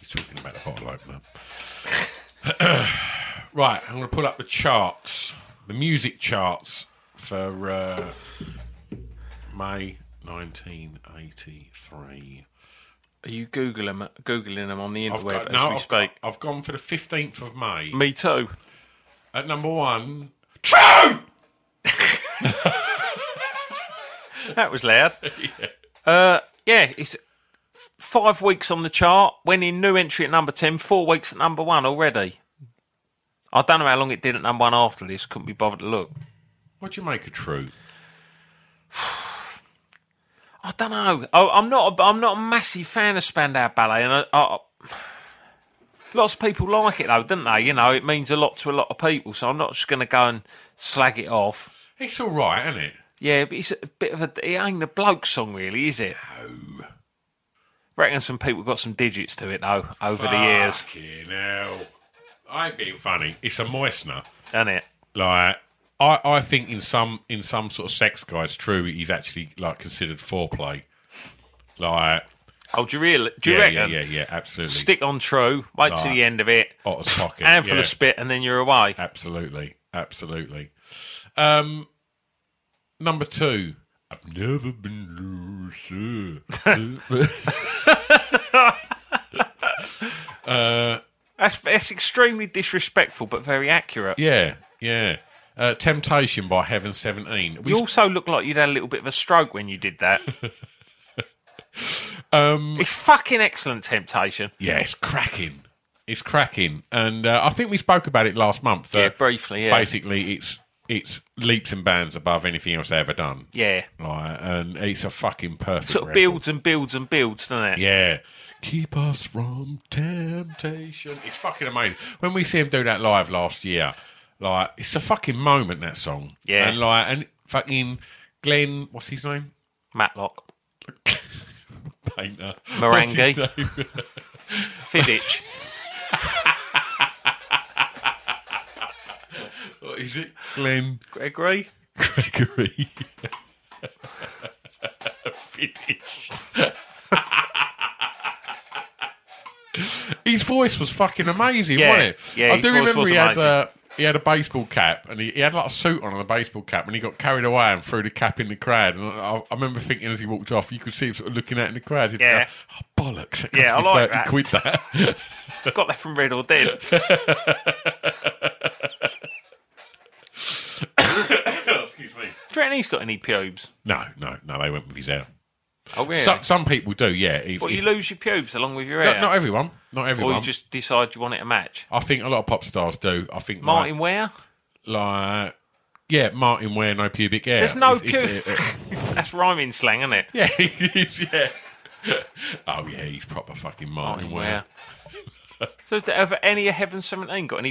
C: He's talking about a bottle opener. right, I'm going to pull up the charts, the music charts for uh, May 1983.
A: Are you googling them? Googling them on the
C: I've
A: interweb
C: got-
A: as
C: no,
A: we
C: I've,
A: speak.
C: got- I've gone for the 15th of May.
A: Me too.
C: At number one, True!
A: That was loud. yeah. Uh, yeah, it's f- five weeks on the chart. When in new entry at number ten, four weeks at number one already. I don't know how long it did at number one after this. Couldn't be bothered to look.
C: What do you make of True?
A: I don't know. I, I'm not. A, I'm not a massive fan of Spandau Ballet, and I, I, lots of people like it though, don't they? You know, it means a lot to a lot of people. So I'm not just going to go and slag it off.
C: It's all right, isn't it?
A: Yeah, but it's a bit of a. It ain't a bloke song, really, is it? Reckon some people got some digits to it though over the years,
C: Fucking hell. I ain't being funny. It's a moistener.
A: ain't it?
C: Like, I, I think in some in some sort of sex guys, True is actually like considered foreplay. Like,
A: Oh, do you really? Do you
C: yeah, yeah,
A: reckon?
C: yeah, yeah, absolutely.
A: Stick on true. Wait till
C: Right.
A: the end of it.
C: Hot as pocket.
A: Handful
C: yeah.
A: of spit, and then you're away.
C: Absolutely, absolutely. Um, number two, I've never been loser.
A: That's that's extremely disrespectful, but very accurate.
C: yeah, yeah. Uh, Temptation by Heaven Seventeen. We
A: You also look like you'd had a little bit of a stroke when you did that. um, it's fucking excellent temptation.
C: Yeah, it's cracking. It's cracking, and uh, I think we spoke about it last month.
A: Yeah,
C: that
A: briefly, yeah.
C: Basically, it's it's leaps and bounds above anything else they ever done.
A: Yeah.
C: Like, and it's a fucking perfect.
A: Sort of
C: record.
A: builds and builds and builds, doesn't it?
C: Yeah. Keep us from temptation. It's fucking amazing. When we see him do that live last year, like it's a fucking moment that song.
A: Yeah.
C: And like and fucking Glenn what's his name?
A: Matlock,
C: Painter.
A: Meringue.
C: What's his name?
A: Fidditch,
C: What is it? Glenn
A: Gregory.
C: Gregory. Fidditch. His voice was fucking amazing,
A: Yeah,
C: wasn't it?
A: yeah,
C: I
A: his
C: do
A: voice
C: remember
A: was
C: he had
A: amazing.
C: a he had a baseball cap and he, he had like a suit on and a baseball cap and he got carried away and threw the cap in the crowd and I, I remember thinking as he walked off you could see him sort of looking out in the crowd he'd
A: Yeah.
C: go, oh, bollocks that cost
A: Yeah, I
C: me
A: like
C: 30
A: that.
C: quid that
A: Got that from Red or Dead.
C: excuse me
A: Do you reckon he's got any pubes?
C: no no no they went with his hair
A: Oh, really?
C: some, some people do yeah if-
A: Well,
C: if-
A: you lose your pubes along with your hair.
C: not, not everyone not everyone
A: or you just decide you want it a match.
C: I think a lot of pop stars do. I think
A: Martin Ware?
C: like, like yeah, Martin Ware, no pubic hair.
A: There's no
C: It's- it's-
A: pubic-
C: it-
A: That's rhyming slang, isn't it?
C: yeah, he's- yeah. Oh yeah, he's proper fucking
A: Martin
C: Martin, Ware.
A: Ware. so, have any of Heaven 17 got any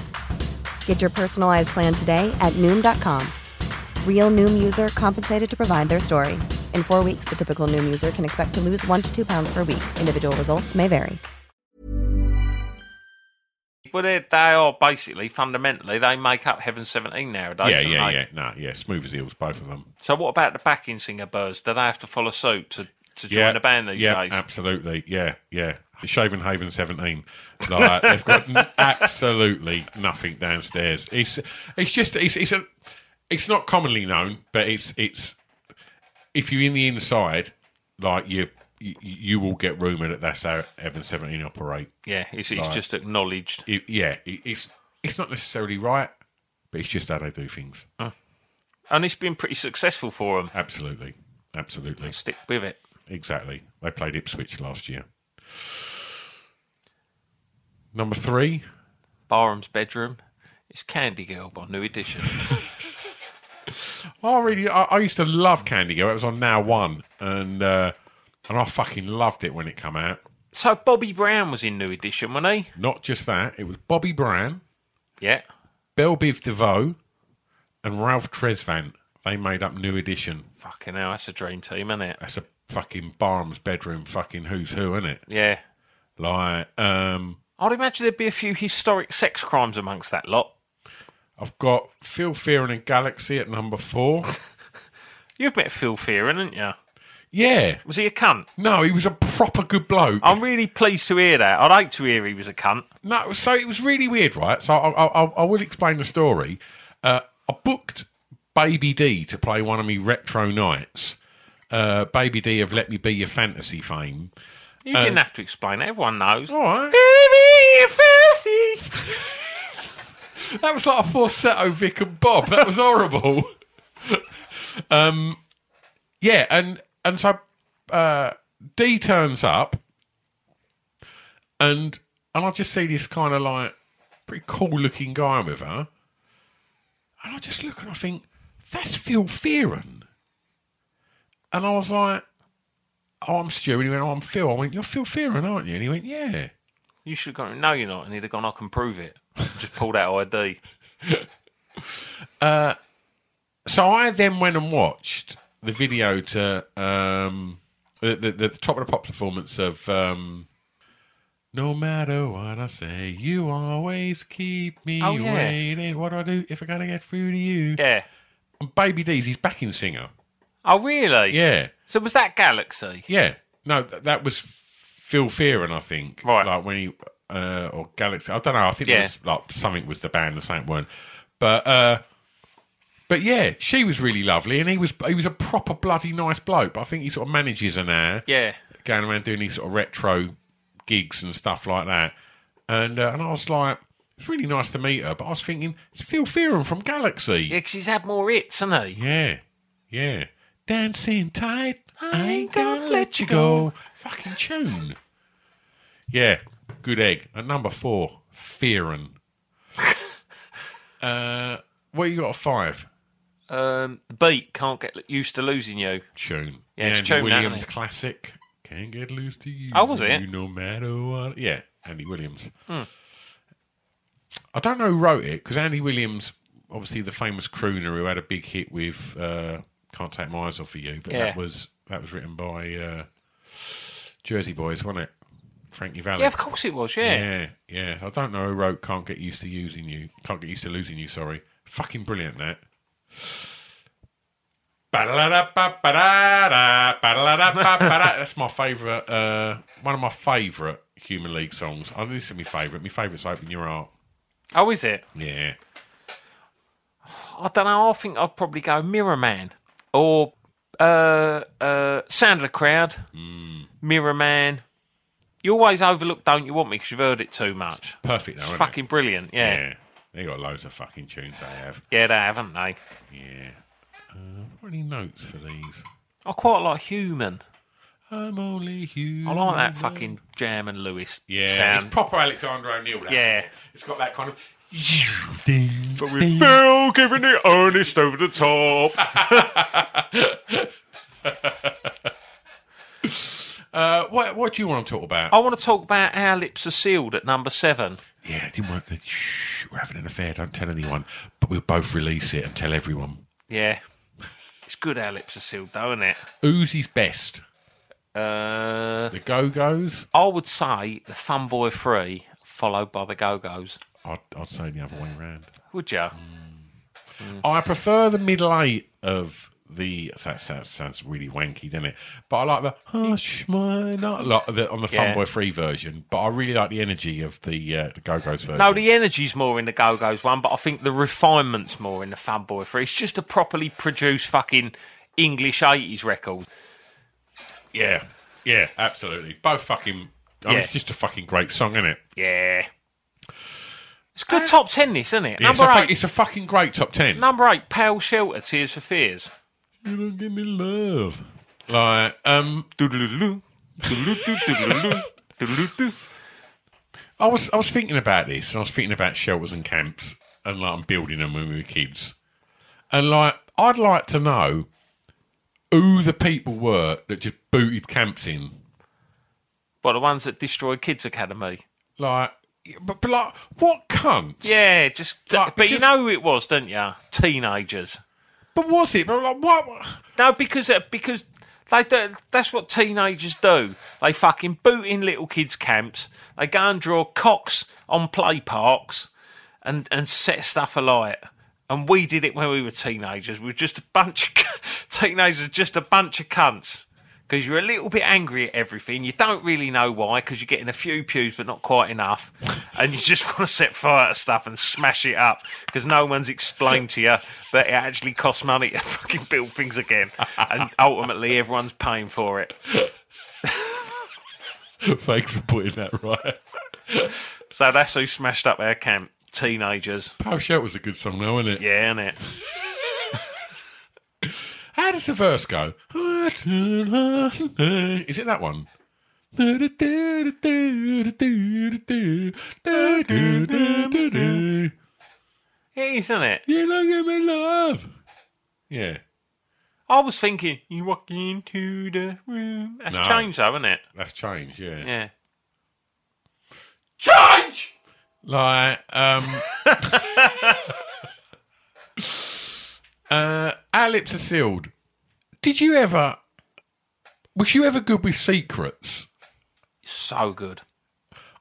D: Get your personalized plan today at Noom.com. Real Noom user compensated to provide their story. In four weeks, the typical Noom user can expect to lose one to two pounds per week. Individual results may vary.
A: Well, they, they are basically fundamentally they make up Heaven Seventeen nowadays.
C: yeah,
A: don't
C: yeah,
A: they?
C: yeah. Nah, yeah. Smooth as heels, both of them.
A: So what about the backing singer birds? Do they have to follow suit to, to join
C: yeah,
A: a band these
C: yeah,
A: days?
C: absolutely. Yeah, yeah. Shaven Haven 17. Like, they've got n- absolutely nothing downstairs. It's it's just it's it's a it's not commonly known, but it's it's if you're in the inside, like you you, you will get rumoured that that's how Heaven 17 operate.
A: Yeah, it's, it's just acknowledged.
C: It, yeah, it, it's it's not necessarily right, but it's just how they do things.
A: And it's been pretty successful for them.
C: Absolutely, absolutely,
A: Stick with it.
C: exactly. They played Ipswich last year. Number three.
A: Barham's bedroom. It's Candy Girl by New Edition.
C: I really, I, I used to love Candy Girl. It was on Now One, and uh, and I fucking loved it when it came out.
A: so Bobby Brown was in New Edition, wasn't he?
C: Not just that, it was Bobby Brown,
A: Yeah.
C: Belle Biv DeVoe, and Ralph Tresvant. They made up New Edition.
A: Fucking hell, that's a dream team, isn't it?
C: That's a fucking Barham's bedroom, fucking who's who, isn't it?
A: Yeah.
C: Like, um,
A: I'd imagine there'd be a few historic sex crimes amongst that lot.
C: I've got Phil Fearon and Galaxy at number four.
A: You've met Phil Fearon, haven't you?
C: yeah,
A: Was he a cunt?
C: no, he was a proper good bloke.
A: I'm really pleased to hear that. I'd hate to hear he was a cunt.
C: No, so it was really weird, right? So I, I, I I will explain the story. Uh, I booked Baby D to play one of me retro nights. Uh, Baby D have let me be your fantasy fame.
A: You
C: Uh,
A: didn't have to explain it. Everyone knows.
C: All right,
A: Baby, fancy.
C: that was like a falsetto Vic and Bob. That was horrible. um, yeah, and and so uh, D turns up, and and I just see this kind of like pretty cool looking guy with her, and I just look and I think that's Phil Fearon, and I was like, oh, I'm Stu, and he went, oh, I'm Phil. I went, you're Phil Fearon, aren't you? And he went, yeah.
A: You should have gone, no, you're not. And he'd have gone, I can prove it. Just pulled out ID.
C: so I then went and watched the video to um, the, the, the top of the pop performance of um, "No Matter What I Say, You Always Keep Me
A: Oh, yeah.
C: Waiting." What do I do if I gotta get through to you?
A: Yeah.
C: And Baby D's his backing singer.
A: Oh, really?
C: Yeah,
A: So was that Galaxy?
C: yeah. No, th- that was Phil Fearon, I think.
A: Right.
C: like when he uh, or Galaxy. I don't know. I think
A: Yeah.
C: there was, like something was the band, the same one. But uh, but yeah, she was really lovely, and he was he was a proper bloody nice bloke. But I think he sort of manages her now,
A: Yeah.
C: going around doing these sort of retro gigs and stuff like that. And uh, and I was like, it's really nice to meet her. But I was thinking, it's Phil Fearon from Galaxy.
A: Yeah, because he's had more hits, hasn't he?
C: Yeah, yeah. Dancing tight, I ain't gonna let you go. Fucking tune. Yeah, good egg. At number four, Fearin. uh, what you got at five?
A: Um, the beat can't get used to losing you.
C: Tune.
A: Yeah, it's
C: Andy
A: Tune, that,
C: Williams
A: isn't it?
C: classic. Can't get loose to you.
A: Oh, was it? Hmm.
C: You no matter what. Yeah, Andy Williams. I don't know who wrote it because Andy Williams, obviously the famous crooner who had a big hit with uh, "Can't Take My Eyes Off of You," but
A: Yeah.
C: that was that was written by uh, Jersey Boys, wasn't it? Frankie Valli.
A: Oh, Yeah, of course it was. Yeah.
C: yeah, yeah. I don't know who wrote "Can't Get Used to Using You." Can't get used to losing you. Sorry, fucking brilliant that. Ba-da-da-ba-ba-da-da, ba-da-da-ba-ba-da. That's my favourite, uh, one of my favourite Human League songs. I know this is my favourite. My favourite's Open Your Heart.
A: Oh, is it?
C: Yeah.
A: I don't know. I think I'd probably go Mirror Man Mm. or uh, uh, Sound of the Crowd, Mirror Man, You always overlook Don't You Want Me because you've heard it too much.
C: Perfect,
A: It's
C: though. isn't it?
A: fucking brilliant, yeah. yeah.
C: Yeah. They got loads of fucking tunes they have.
A: they haven't they?
C: Yeah. Uh, I've got any notes for these?
A: I quite like Human.
C: I'm only human.
A: I like that fucking Jam and Lewis
C: Yeah,
A: sound.
C: it's proper Alexander O'Neill. That.
A: Yeah.
C: It's got that kind of.
A: but with Phil giving it honest over the top.
C: Uh, what, what do you want to talk about?
A: I want to talk about Our Lips Are Sealed at number seven.
C: Yeah, it didn't work. The, shh, we're having an affair. Don't tell anyone. But we'll both release it and tell everyone.
A: Yeah. It's good Our Lips Are Sealed, though, isn't it?
C: Who's his best?
A: Uh,
C: The Go Go's?
A: I would say the Fun Boy 3 followed by the Go Go's.
C: I'd, I'd say the other way around.
A: Would you?
C: I prefer the middle eight of the. That sounds, sounds really wanky, doesn't it? But I like the hush my not lot of the, on the
A: Yeah.
C: Funboy Free version. But I really like the energy of the, uh, the Go Go's version.
A: No, the energy's more in the Go Go's one, but I think the refinement's more in the Fun Boy 3. It's just a properly produced fucking English 80s record.
C: yeah, yeah, absolutely. Both fucking. I mean,
A: Yeah.
C: it's just a fucking great song, isn't it?
A: Yeah. It's good top 10, this, isn't it?
C: Yeah, it's, a
A: Number
C: fu-
A: 8.
C: it's a fucking great top ten.
A: Number eight, Pale Shelter, Tears for Fears.
C: You don't give me love. Like, um,
A: Doodle-doo-doo, doodle-doo-doo, doodle-doo-doo, doodle-doo-doo.
C: I was I was thinking about this, and I was thinking about shelters and camps, and like I'm building them when we were kids, and like I'd like to know who the people were that just booted camps in,
A: Well, the ones that destroyed Kids Academy.
C: like, but, but like what cunts?
A: Yeah, just.
C: Like,
A: but you
C: because-
A: know who it was, don't you? Teenagers.
C: but was it? But like what? what-
A: No, because uh, because they do, that's what teenagers do. They fucking boot in little kids' camps. They go and draw cocks on play parks, and and set stuff alight. And we did it when we were teenagers. We were just a bunch of c- teenagers, just a bunch of cunts. Because you're a little bit angry at everything. You don't really know why, because you're getting a few pews, but not quite enough. And you just want to set fire to stuff and smash it up, because no one's explained to you that it actually costs money to fucking build things again. And ultimately, everyone's paying for it.
C: Thanks for putting that right.
A: So that's who smashed up our camp. Teenagers.
C: Power Shelter was a good song, though, wasn't it?
A: Yeah, innit?
C: How does the verse go? Is it that one? You
A: It is, isn't it?
C: don't give me love. Yeah,
A: I was thinking, you walk into the room. That's
C: No.
A: changed, though, isn't it?
C: that's change. Yeah,
A: Yeah. Change!
C: like um, uh, our lips are sealed. Did you ever? Was you ever good with secrets?
A: So good.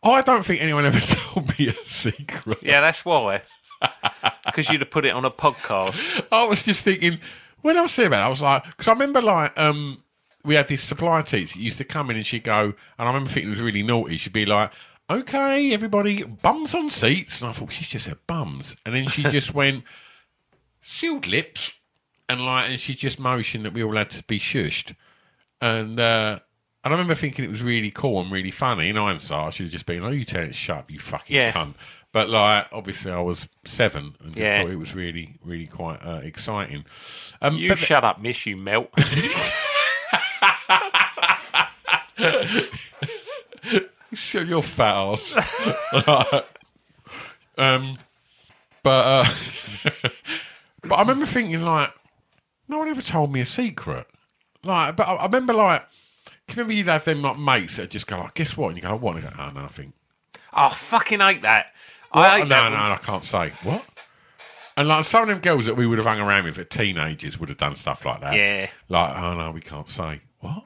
C: I don't think anyone ever told me a secret.
A: Yeah, that's why. Because you'd have put it on a podcast.
C: I was just thinking when I was seeing that, I was like, because I remember like um, we had this supply teacher that used to come in and she'd go, and I remember thinking it was really naughty. She'd be like, "Okay, everybody, bums on seats," and I thought she's just said bums, and then she just went sealed lips, and like, and she just motioned that we all had to be shushed, and. uh and I remember thinking it was really cool and really funny. In hindsight, I should have just been, "Oh, you turn it shut, you fucking
A: Yeah.
C: cunt." But like, obviously, I was seven and just
A: Yeah.
C: thought it was really, really quite uh, exciting. Um,
A: You
C: but the-
A: shut up, miss, you melt.
C: shut your fat ass. um, but uh, but I remember thinking like, no one ever told me a secret. Like, but I, I remember like, do you remember you'd have them like mates that just go like, guess what? And you go, like, what? And they go, oh, nothing.
A: I fucking hate that. I
C: no,
A: hate that.
C: no,
A: one.
C: I can't say what. And like some of them girls that we would have hung around with at teenagers would have done stuff like that.
A: Yeah.
C: Like, oh no, we can't say what.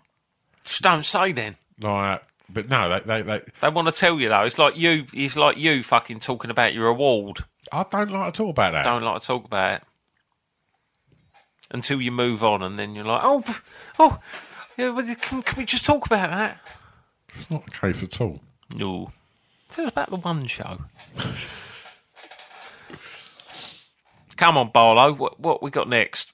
A: Just don't say then.
C: Like, but no, they, they, they,
A: They want to tell you though. It's like you. It's like you fucking talking about your award.
C: I don't like to talk about that.
A: Don't like to talk about it until you move on, and then you're like, oh, p- oh, yeah, but can, can we just talk about that?
C: It's not the case at all.
A: No. Tell us about the one show. Come on, Barlow. What what we got next?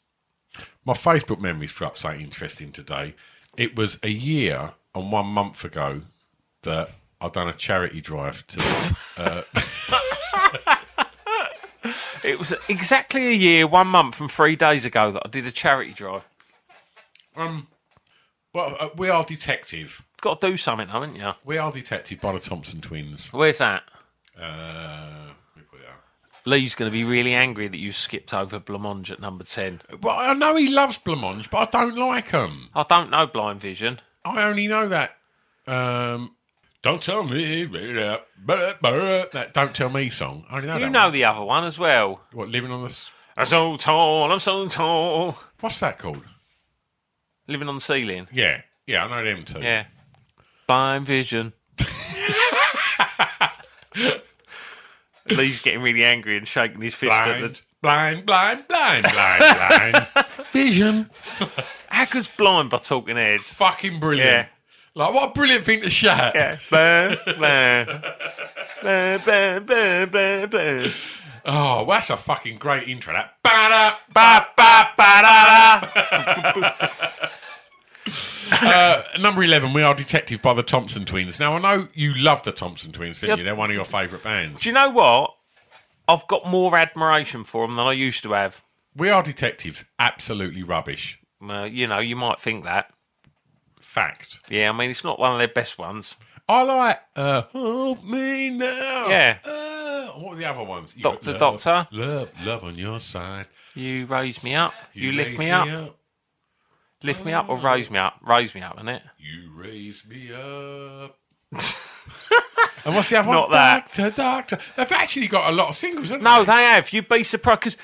C: My Facebook memories for upside interesting today. It was a year and one month ago that I've done a charity drive to. Uh,
A: It was exactly a year, one month, and three days ago that I did a charity drive.
C: um, well, uh, we are detective.
A: Got to do something, haven't you?
C: We are detective by the Thompson twins.
A: Where's that?
C: Uh, let me put it out.
A: Lee's going to be really angry that you skipped over Blancmange at number 10.
C: Well, I know he loves Blancmange, but I don't like him.
A: I don't know Blind Vision.
C: I only know that. Um, don't tell me that "Don't Tell Me" song. I only know
A: Do you
C: that
A: know
C: one.
A: the other one as well?
C: what? Living on the S-
A: I'm so tall, I'm so tall.
C: what's that called?
A: Living on the ceiling.
C: Yeah, yeah, I know them too.
A: Yeah. Blind Vision. Lee's getting really angry and shaking his fist at
C: blind,
A: the.
C: blind, blind, blind, blind, blind. Vision,
A: How good's blind by talking heads?
C: fucking brilliant. Like what a brilliant thing to shout.
A: Yeah. Blah, blah. Blah, blah, blah, blah, blah.
C: Oh, well, that's a fucking great intro. That ba ba ba da da. Uh, Number eleven, we are detective by the Thompson Twins. Now I know you love the Thompson Twins, didn't
A: Yep.
C: you? They're one of your favourite bands.
A: Do you know what? I've got more admiration for them than I used to have.
C: We are detectives. Absolutely rubbish.
A: Well, you know, you might think that.
C: Fact.
A: Yeah, I mean, it's not one of their best ones.
C: I like uh, help me now.
A: Yeah.
C: Uh, what are the other ones? You
A: Doctor,
C: got love,
A: Doctor.
C: Love, love on your side.
A: You raise me up. You, lift
C: raise
A: me up. Oh. Lift me up or raise me up. Raise me up, innit?
C: You raise me up. and what's the other
A: Not
C: one?
A: that.
C: Doctor, doctor. They've actually got a lot of singles, haven't
A: No,
C: they?
A: they have. You'd be surprised. 'cause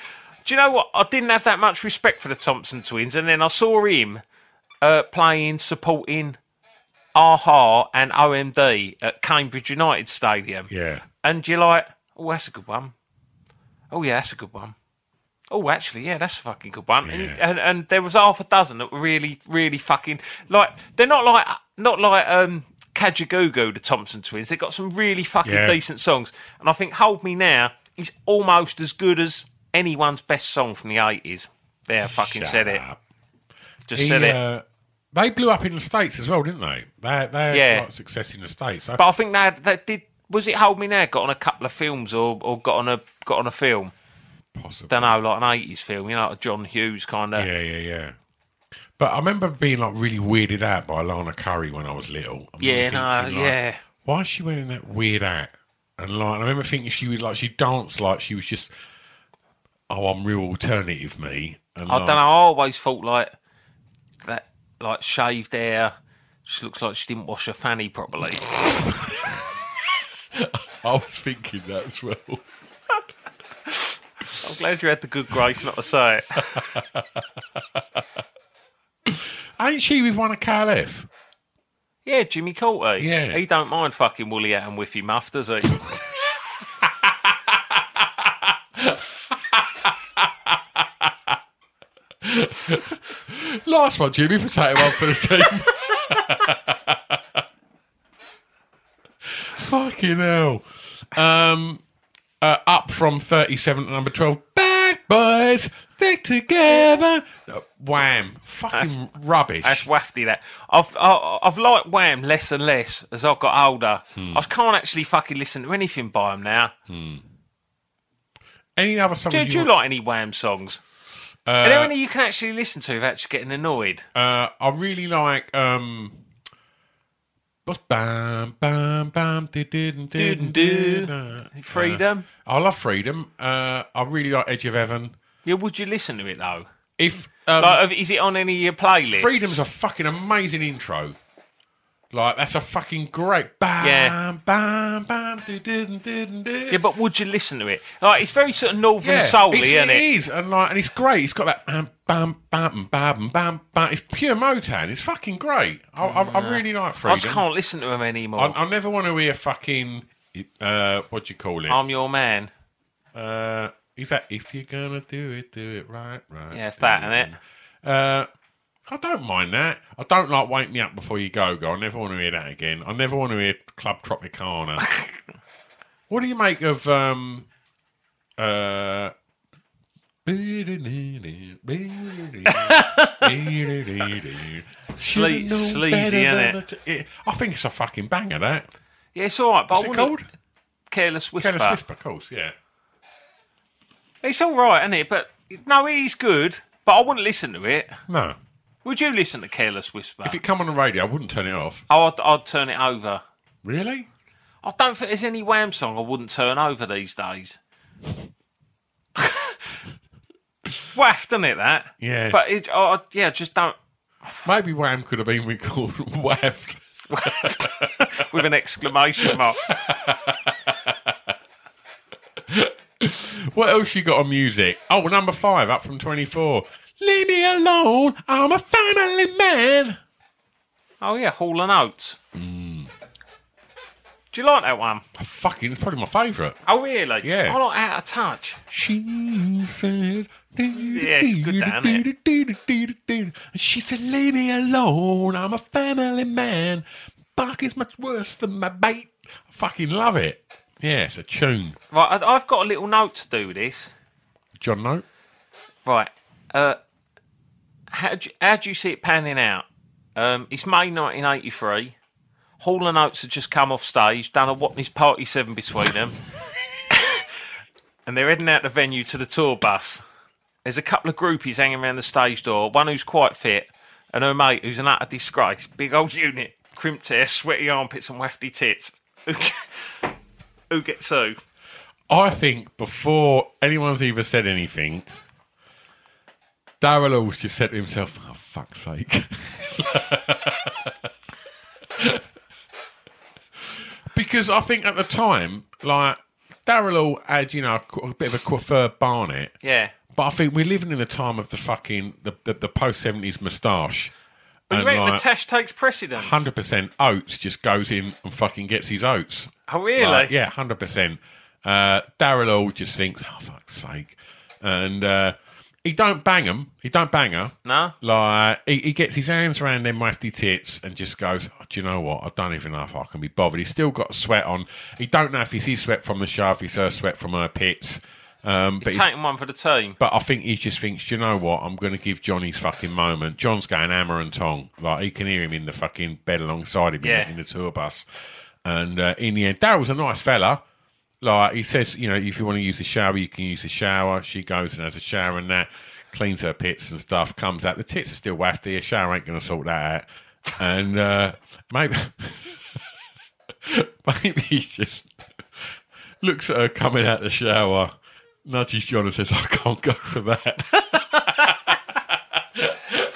A: do you know what? I didn't have that much respect for the Thompson twins, and then I saw him uh, playing, supporting Aha and OMD at Cambridge United Stadium.
C: Yeah.
A: And you're like, oh, that's a good one. Oh, yeah, that's a good one. Oh, actually, yeah, that's a fucking good one. And,
C: Yeah.
A: and and there was half a dozen that were really, really fucking like they're not like not like um Kajagoogoo, the Thompson twins. They've got some really fucking
C: Yeah.
A: decent songs. And I think Hold Me Now is almost as good as anyone's best song from the eighties. There, I fucking
C: Shut
A: said
C: up.
A: it. Just
C: He,
A: said it.
C: uh, they blew up in the states as well, didn't they? They they had
A: Yeah.
C: a lot of success in the states. I-
A: But I think that that did was it Hold Me Now got on a couple of films or, or got on a got on a film.
C: Possibly.
A: Don't know, like an eighties film, you know, like a John Hughes kind of
C: Yeah, yeah, yeah. But I remember being like really weirded out by Lana Curry when I was little. I remember
A: Yeah, no,
C: thinking, like,
A: yeah.
C: Why is she wearing that weird hat? And like, I remember thinking she was like she danced like she was just, oh, I'm real alternative me. And
A: I
C: like,
A: don't know. I always thought like that, like shaved hair. She looks like she didn't wash her fanny properly.
C: I was thinking that as well.
A: I'm glad you had the good grace not to say it.
C: Ain't she with one of KLF?
A: yeah, Jimmy Coulter.
C: Yeah.
A: he don't mind fucking woolly out and whiffy muff, does he?
C: Last one, Jimmy, for taking one for the team. Fucking hell. Um, uh, up from 37 to number 12. Bad boys, stick together. Uh, wham. Fucking rubbish.
A: That's wafty. That I've I, I've liked Wham less and less as I've got older.
C: Hmm.
A: I can't actually fucking listen to anything by them now.
C: Any other song
A: Do,
C: you
A: do you
C: want-
A: like any Wham songs? Are there any you can actually listen to without just getting annoyed?
C: Uh, I really like. um what's Bam, bam, bam, did, did, did,
A: Doo-doo.
C: did.
A: Freedom.
C: I love Freedom. Uh, I really like Edge of Heaven.
A: Yeah, would you listen to it though?
C: If um,
A: Like, is it on any of your playlists?
C: Freedom's a fucking amazing intro. Like that's a fucking great bam
A: Yeah.
C: bam bam do do do do.
A: Yeah, but would you listen to it? Like, it's very sort of northern soul soul-y,
C: it's,
A: isn't it?
C: is, and like, and it's great. It's got that um, bam, bam, bam, bam, bam. It's pure Motown. It's fucking great. I, I, I really like
A: I
C: Freedom.
A: just can't listen to him anymore.
C: I,
A: I'm,
C: I never want to hear fucking uh, what do you call it?
A: your man.
C: uh, is that if you're gonna do it, do it right, right?
A: Yeah, it's that, isn't it?
C: Uh, I don't mind that. I don't like Wake Me Up Before You Go Go. I never want to hear that again. I never want to hear Club Tropicana. what do you make of um, uh, Sleazy,
A: sleazy, innit?
C: I think it's a fucking banger. That
A: Yeah, it's all right, but
C: what's
A: I
C: it
A: wouldn't.
C: called?
A: Careless Whisper.
C: Careless Whisper, of course. Yeah,
A: It's all right, isn't it? But no, he's good. But I wouldn't listen to it.
C: no.
A: Would you listen to Careless Whisper?
C: If it come on the radio, I wouldn't turn it off.
A: Oh, I'd, I'd turn it over.
C: Really?
A: I don't think there's any Wham song I wouldn't turn over these days. Waft, doesn't it? That.
C: Yeah.
A: But it, I I- yeah, I just don't.
C: Maybe Wham could have been called Waft.
A: Waft with an exclamation mark.
C: What else you got on music? Oh, number five, up from 24. Leave me alone, I'm a family man.
A: Oh yeah, Hall and Oates. Do you like that one?
C: I fucking, it's probably my favourite.
A: Oh really?
C: Yeah.
A: I like Out of Touch.
C: She said,
A: Yeah, it's good, that, isn't
C: And she said, Leave me alone, I'm a family man. Bark is much worse than my bait. I fucking love it. Yeah, it's a tune.
A: Right, I- I've got a little note to do with this.
C: John Note?
A: Right. Uh, how do you, how do you see it panning out? Um, it's May 1983. Hall and Oates had just come off stage, done a Watney's Party 7 between them, and they're heading out the venue to the tour bus. There's a couple of groupies hanging around the stage door, one who's quite fit, and her mate who's an utter disgrace. Big old unit, crimped hair, sweaty armpits, and wafty tits. Who g- who gets who?
C: I think before anyone's even said anything, Daryl always just said to himself, "Oh fuck's sake." because I think at the time, like Daryl had, you know, a bit of a coiffure barnet,
A: Yeah.
C: but I think we're living in the time of the fucking the the, the post seventies moustache.
A: Who
C: And,
A: reckon
C: like,
A: the test takes precedence?
C: Um, hundred percent oats just goes in and fucking gets his oats.
A: Oh, really?
C: Like, yeah, hundred percent. Uh, Daryl all just thinks, oh fuck's sake, and uh, he don't bang him. He don't bang her.
A: No?
C: Like he, he gets his hands around them wafty tits and just goes, oh, do you know what? I don't even know if I can be bothered. He's still got sweat on. He don't know if it's his sweat from the shower, if it's her sweat from her pits. Um, but
A: He's
C: he's
A: taking one for the team.
C: but I think he just thinks, "Do you know what? I'm going to give John his fucking moment. John's going hammer and tong. Like he can hear him in the fucking bed alongside him in the-
A: Yeah.
C: in the tour bus. And uh, in the end, Daryl's a nice fella. Like he says, you know, if you want to use the shower, you can use the shower. She goes and has a shower and that cleans her pits and stuff. Comes out, the tits are still wafty. A shower ain't going to sort that out. And uh, maybe, maybe he's just looks at her coming out the shower, nudges John and says, I can't go for that.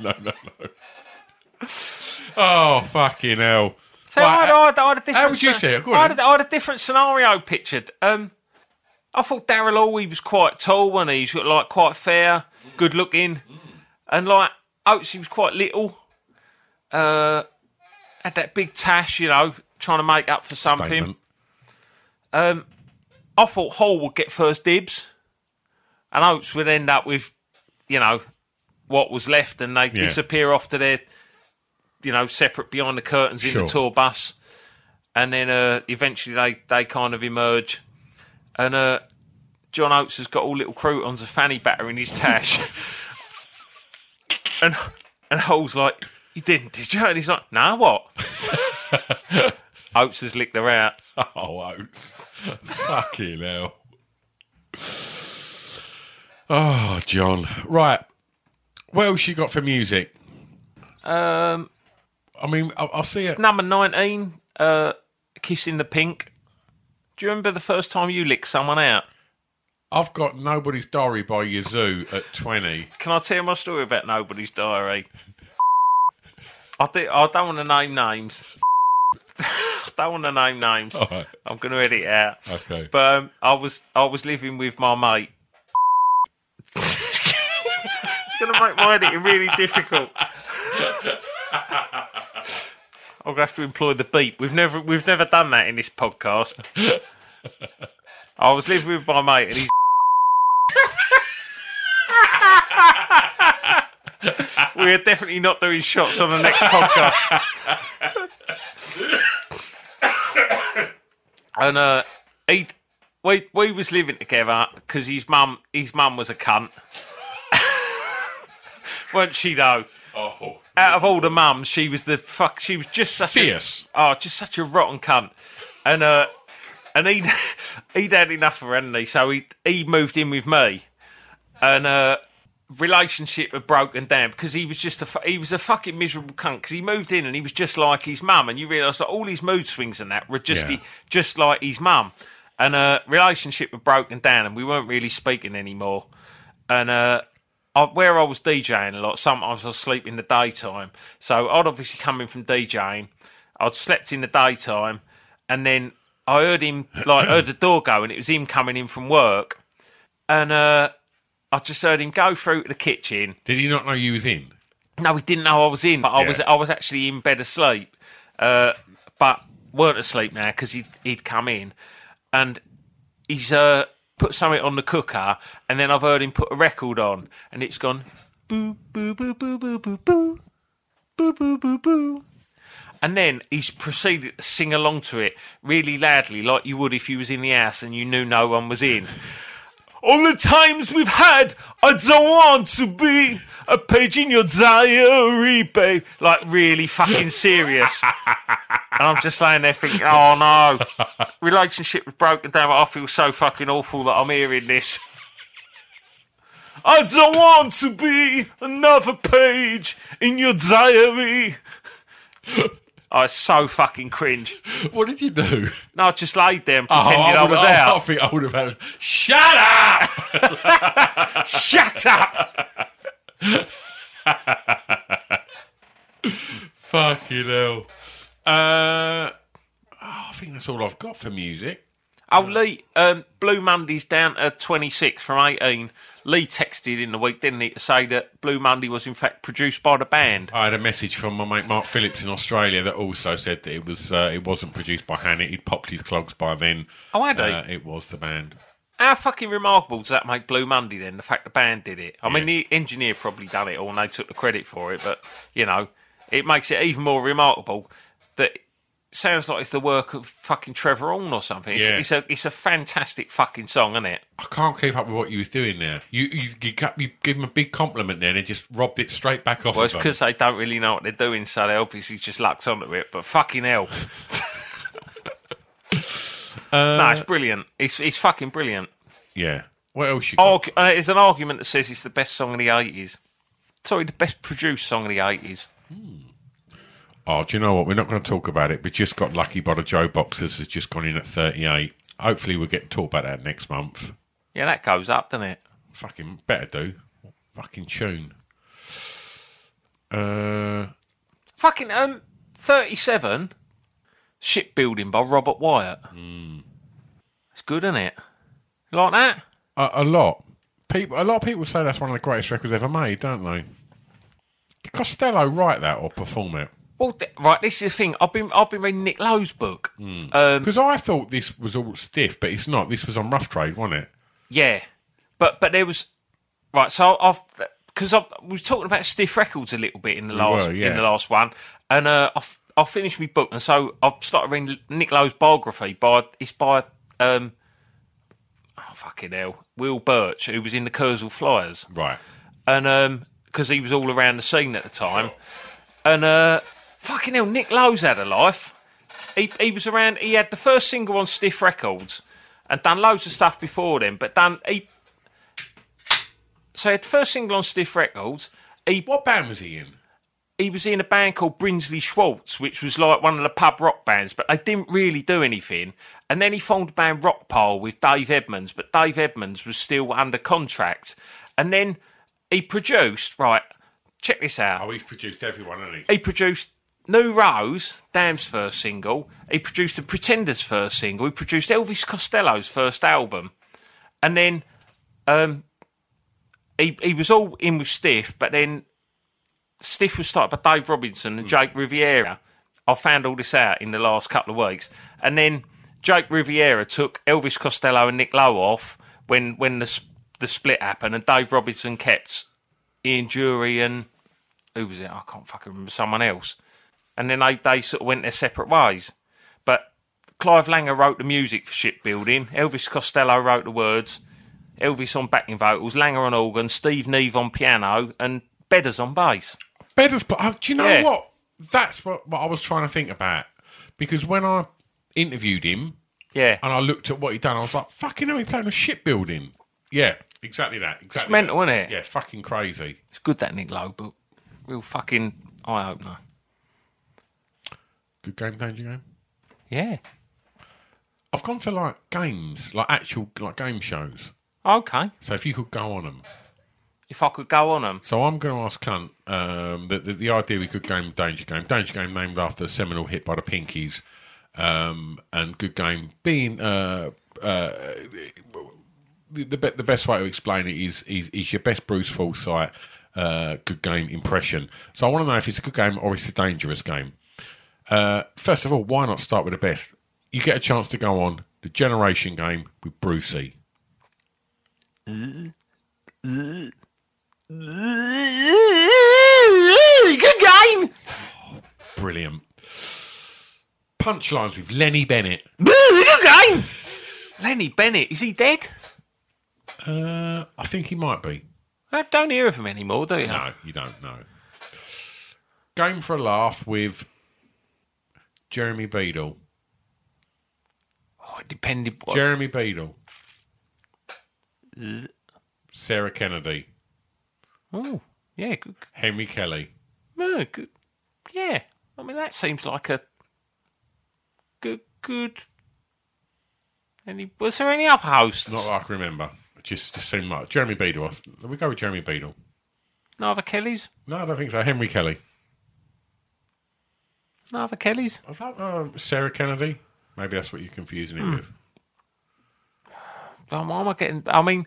C: no, no, no. Oh, fucking hell.
A: So
C: Right,
A: I, had, I, had, I had a different.
C: would you
A: scen-
C: see it? Go on
A: I had,
C: then.
A: a- I had a different scenario pictured. Um, I thought Daryl Hall he was quite tall when he? He's got like quite fair, good looking, and like Oates he was quite little. Uh, had that big tash, you know, trying to make up for something.
C: Statement.
A: Um, I thought Hall would get first dibs, and Oates would end up with, you know, what was left, and they would
C: Yeah.
A: disappear off to their, you know, separate behind the curtains in
C: Sure.
A: the tour bus, and then uh, eventually they they kind of emerge, and uh, John Oates has got all little croutons of fanny batter in his tash, and and Hall's like, "You didn't, did you?" And he's like, "No, what?" Oates has licked her out.
C: Oh, Oates. Fucking hell. Oh, John. Right. What else you got for music?
A: Um.
C: I mean, I- I'll see it.
A: Number 19, uh, Kissing the Pink. Do you remember the first time you licked someone out?
C: I've got Nobody's Diary by Yazoo at 20.
A: Can I tell you my story about Nobody's Diary? I, do, I don't want to name names. I don't want to name names.
C: All right.
A: I'm going to edit it out.
C: Okay.
A: But um, I was I was living with my mate. it's going to make my editing really difficult. I'm going to have to employ the beep. We've never we've never done that in this podcast. I was living with my mate and he's. we are definitely not doing shots on the next podcast. and uh, he we we was living together because his mum his mum was a cunt, weren't she though?
C: Oh,
A: Out of all the mums, she was the fuck. She was just such
C: Fierce.
A: a oh, just such a rotten cunt, and uh, and he he'd had enough of her, hadn't he? So he he moved in with me, and uh. Relationship had broken down because he was just a fu- he was a fucking miserable cunt because he moved in and he was just like his mum and you realise that all his mood swings and that were just
C: Yeah.
A: he, just like his mum. And uh, relationship had broken down, and we weren't really speaking anymore. And uh, I, where I was DJing a lot, sometimes I'd sleep in the daytime. So I'd obviously come in from DJing. I'd slept in the daytime, and then I heard him like heard the door go, and it was him coming in from work. And uh, I just heard him go through to the kitchen,
C: did he not know you was in?
A: no, we didn't know I was in, but I
C: Yeah.
A: was I was actually in bed asleep, uh, but weren't asleep now because he'd he'd come in, and he's uh, put something on the cooker, and then I've heard him put a record on, and it's gone boo boo boo boo boo boo boo boo boo boo boo. And then he's proceeded to sing along to it really loudly, like you would if you was in the house and you knew no one was in. All the times we've had, I don't want to be a page in your diary, babe. Like, really fucking serious. and I'm just laying there thinking, oh no. Relationship was broken down, but I feel so fucking awful that I'm hearing this. I don't want to be another page in your diary. I was so fucking cringe.
C: What did you do?
A: No, I just laid there and pretended Oh, I,
C: would-
A: was
C: I,
A: out.
C: I think I would have had. Shut up!
A: Shut up!
C: Fucking hell. Uh, oh, I think that's all I've got for music.
A: Oh, Lee, um, Blue Monday's down to 26 from 18. Lee texted in the week, didn't he, to say that Blue Monday was in fact produced by the band.
C: I had a message from my mate Mark Phillips in Australia that also said that it was uh, it wasn't produced by Hannah. He'd popped his clogs by then.
A: Oh, had he?
C: uh, It was the band.
A: How fucking remarkable does that make Blue Monday then, the fact the band did it? I mean, the engineer probably done it all and they took the credit for it, but, you know, it makes it even more remarkable that it sounds like it's the work of fucking Trevor Horn or something. It's,
C: Yeah.
A: it's, a, it's a fantastic fucking song, isn't it?
C: I can't keep up with what you was doing there. You you, you, cut- you give him a big compliment there and it just robbed it straight back off.
A: Well, it's
C: of 'em.
A: because they don't really know what they're doing, so they obviously just lucked onto it. But fucking hell. no, it's brilliant. It's it's fucking brilliant.
C: yeah. What else you got?
A: Arg- uh, it's an argument that says it's the best song of the eighties. Sorry, the best produced song of the eighties.
C: Oh, do you know what? We're not going to talk about it. We just got lucky by the Joe Boxers has just gone in at thirty eight. Hopefully, we'll get to talk about that next month.
A: Yeah, that goes up, doesn't it?
C: Fucking better do. Fucking tune. Uh,
A: Fucking um, thirty-seven. Shipbuilding by Robert Wyatt. It's good, isn't it? You like that?
C: a, a lot. People, a lot of people say that's one of the greatest records ever made, don't they? Did Costello write that or perform it?
A: Well, th- right. This is the thing. I've been I've been reading Nick Lowe's book. Um,
C: Because I thought this was all stiff, but it's not. This was on Rough Trade, wasn't it?
A: Yeah, but but there was right. So I've because I was talking about stiff records a little bit in the last
C: were, yeah.
A: in the last one, and uh, I f- I finished my book, and so I started reading Nick Lowe's biography by it's by um oh fucking hell Will Birch who was in the Kurzweil Flyers,
C: Right.
A: and um because he was all around the scene at the time, and uh fucking hell Nick Lowe's had a life. He he was around. He had the first single on Stiff Records, and done loads of stuff before then. But done he. So he had the first single on Stiff Records. He
C: What band was he in?
A: he was in a band called Brinsley Schwartz, which was like one of the pub rock bands, but they didn't really do anything. And then he formed a band Rockpile with Dave Edmonds, but Dave Edmonds was still under contract. And then he produced right. Check this out
C: Oh, he's produced everyone, hasn't he?
A: he produced New Rose, Dam's first single. He produced The Pretenders' first single. He produced Elvis Costello's first album, and then um, he he was all in with Stiff, but then Stiff was started by Dave Robinson and Jake Riviera. I found all this out in the last couple of weeks, and then Jake Riviera took Elvis Costello and Nick Lowe off when when the sp- the split happened, and Dave Robinson kept Ian Jury and who was it? I can't fucking remember someone else. And then they, they sort of went their separate ways. But Clive Langer wrote the music for Shipbuilding. Elvis Costello wrote the words. Elvis on backing vocals. Langer on organ. Steve Neve on piano. And Bedders on bass.
C: Beddoes. But uh, do you know
A: Yeah.
C: what? That's what, what I was trying to think about because when I interviewed him
A: Yeah.
C: and I looked at what he'd done, I was like, "Fucking hell, he playing a shipbuilding." Yeah, exactly that. Exactly. that.
A: mental, isn't it?
C: Yeah, fucking crazy.
A: It's good that Nick Lowe book. Real fucking eye opener.
C: Good game, danger game.
A: Yeah.
C: I've gone for like games, like actual like game shows.
A: Okay.
C: So if you could go on them,
A: If I could go on them.
C: so I'm going to ask Cunt um, the, the the idea we could game Danger Game, Danger Game named after a seminal hit by the Pinkies, um, and Good Game being uh, uh, the, the be- the best way to explain it is is, is your best Bruce Forsyth uh, Good Game impression. So I want to know if it's a good game or it's a dangerous game. Uh, first of all, why not start with the best? You get a chance to go on the Generation Game with Brucey.
B: Good game.
C: Brilliant. Punchlines with Lenny Bennett.
B: Good game.
A: Lenny Bennett, is he dead?
C: Uh, I think he might be.
A: I don't hear of him anymore, do you?
C: No, you don't know. Game for a laugh with Jeremy Beadle.
A: Oh, it depended. What,
C: Jeremy Beadle. Sarah Kennedy.
A: oh, yeah. Good,
C: Henry Kelly.
A: no, good. Yeah. I mean, that seems like a good, good. Any, was there any other hosts?
C: Not that I can remember. It Just, just seemed like Jeremy Beadle. Let me go with Jeremy Beadle.
A: no other Kellys?
C: No, I don't think so. Henry Kelly.
A: No other Kellys?
C: I thought uh, Sarah Kennedy. Maybe that's what you're confusing it with.
A: Oh, why am I getting. I mean,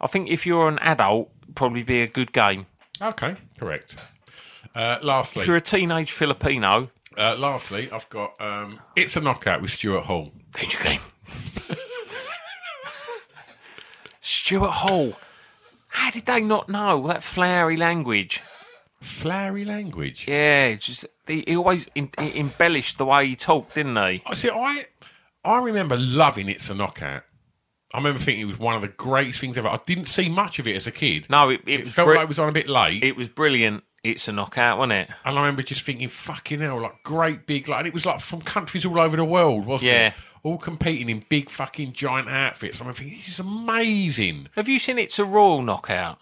A: I think if you're an adult, probably be a good game.
C: Okay, correct. Uh, lastly,
A: If you're a teenage Filipino,
C: Uh, lastly, I've got um, It's a Knockout with Stuart Hall.
A: danger game. Stuart Hall. How did they not know that flowery language?
C: Flowery language.
A: Yeah, it's just he, he always in, he embellished the way he talked, didn't he?
C: I see. I I remember loving It's a Knockout. I remember thinking it was one of the greatest things ever. I didn't see much of it as a kid.
A: No, it, it,
C: it
A: was
C: felt
A: bri-
C: like it was on a bit late,
A: it was brilliant. It's a knockout, wasn't it?
C: and I remember just thinking, "Fucking hell!" Like great big, like and it was like from countries all over the world, wasn't
A: Yeah.
C: it? All competing in big fucking giant outfits. I'm thinking, "This is amazing."
A: Have you seen It's a Royal Knockout?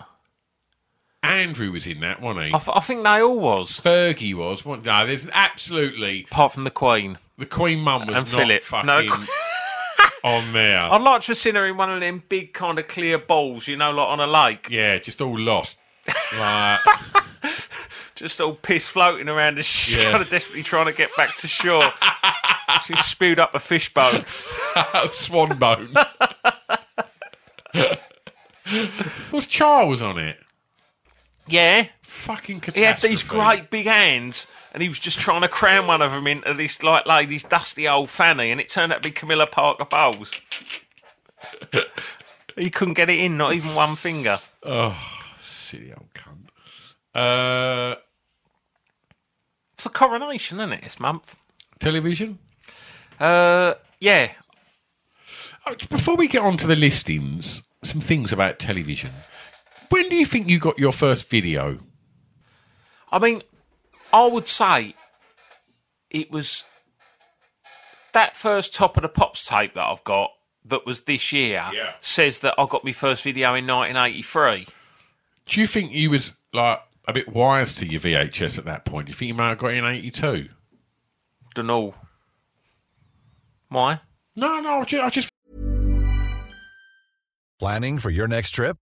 C: Andrew was in that, wasn't he?
A: I, th- I think they all was,
C: Fergie was. Wasn't, no, there's absolutely
A: apart from the Queen.
C: The Queen Mum was
A: And
C: not
A: Philip.
C: fucking
A: No. Oh.
C: on there.
A: I'd like to have seen her in one of them big kind of clear bowls, you know, like on a lake,
C: Yeah, just all lost. Like,
A: just all piss floating around, and she's
C: Yeah.
A: kind of desperately trying to get back to shore. she spewed up a fishbone.
C: swan bone. was Charles on it?
A: Yeah,
C: Fucking catastrophe.
A: he had these great big hands, and he was just trying to cram one of them into this like lady's dusty old fanny, and it turned out to be Camilla Parker Bowles. he couldn't get it in, not even one finger.
C: Silly old cunt. Uh,
A: It's a coronation, isn't it? This month.
C: television?
A: Uh, yeah.
C: Oh, Before we get on to the listings, some things about television. When do you think you got your first video?
A: I mean, I would say it was that first top of the pops tape that I've got that was this year
C: Yeah.
A: says that I got my first video in 1983.
C: Do you think you was like a bit wise to your VHS at that point? Do you think you might have got it in 82?
A: Don't know why.
C: No, no, I ju- I just
E: Planning for your next trip?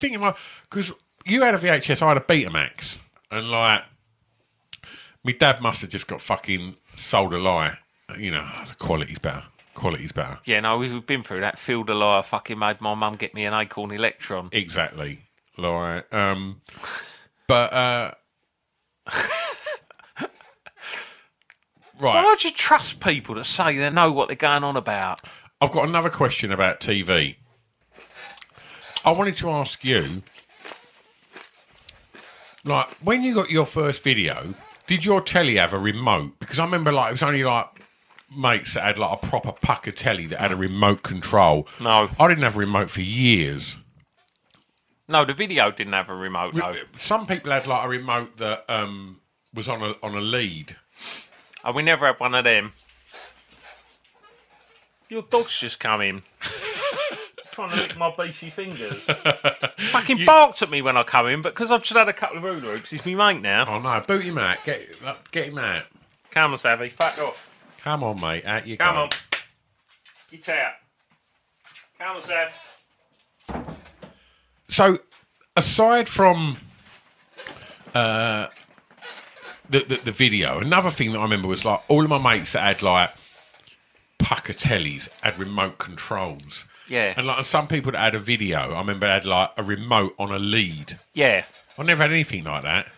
C: thinking like because you had a VHS, I had a Betamax, and like my dad must have just got fucking sold a lie. You know, the quality's better. Quality's better.
A: Yeah, no, we've been through that. Field of Liar fucking made my mum get me an Acorn Electron.
C: Exactly. Like, um, but uh, right.
A: Why do you trust people that say they know what they're going on about?
C: I've got another question about TV. I wanted to ask you, like, when you got your first video, did your telly have a remote? Because I remember, like, it was only like mates that had like a proper pucker telly that had a remote control.
A: No,
C: I didn't have a remote for years.
A: No, the video didn't have a remote. No,
C: Some people had like a remote that um, was on a on a lead.
A: and we never had one of them. Your dog's just come in. Trying to lick my beefy fingers. Fucking barked at me when I come in, but because I've just had a couple of rude loops, he's me mate now.
C: Oh no, boot him out. Get get him out.
A: Come on, Savvy. Fuck off.
C: Come on, mate, out you
A: Come
C: go.
A: on. Get out. Come on, Sav.
C: So, aside from uh, the, the the video, another thing that I remember was like all of my mates that had like pucker tellies had remote controls.
A: Yeah.
C: And like some people that had a video, I remember had like a remote on a lead.
A: Yeah.
C: I never had anything like that.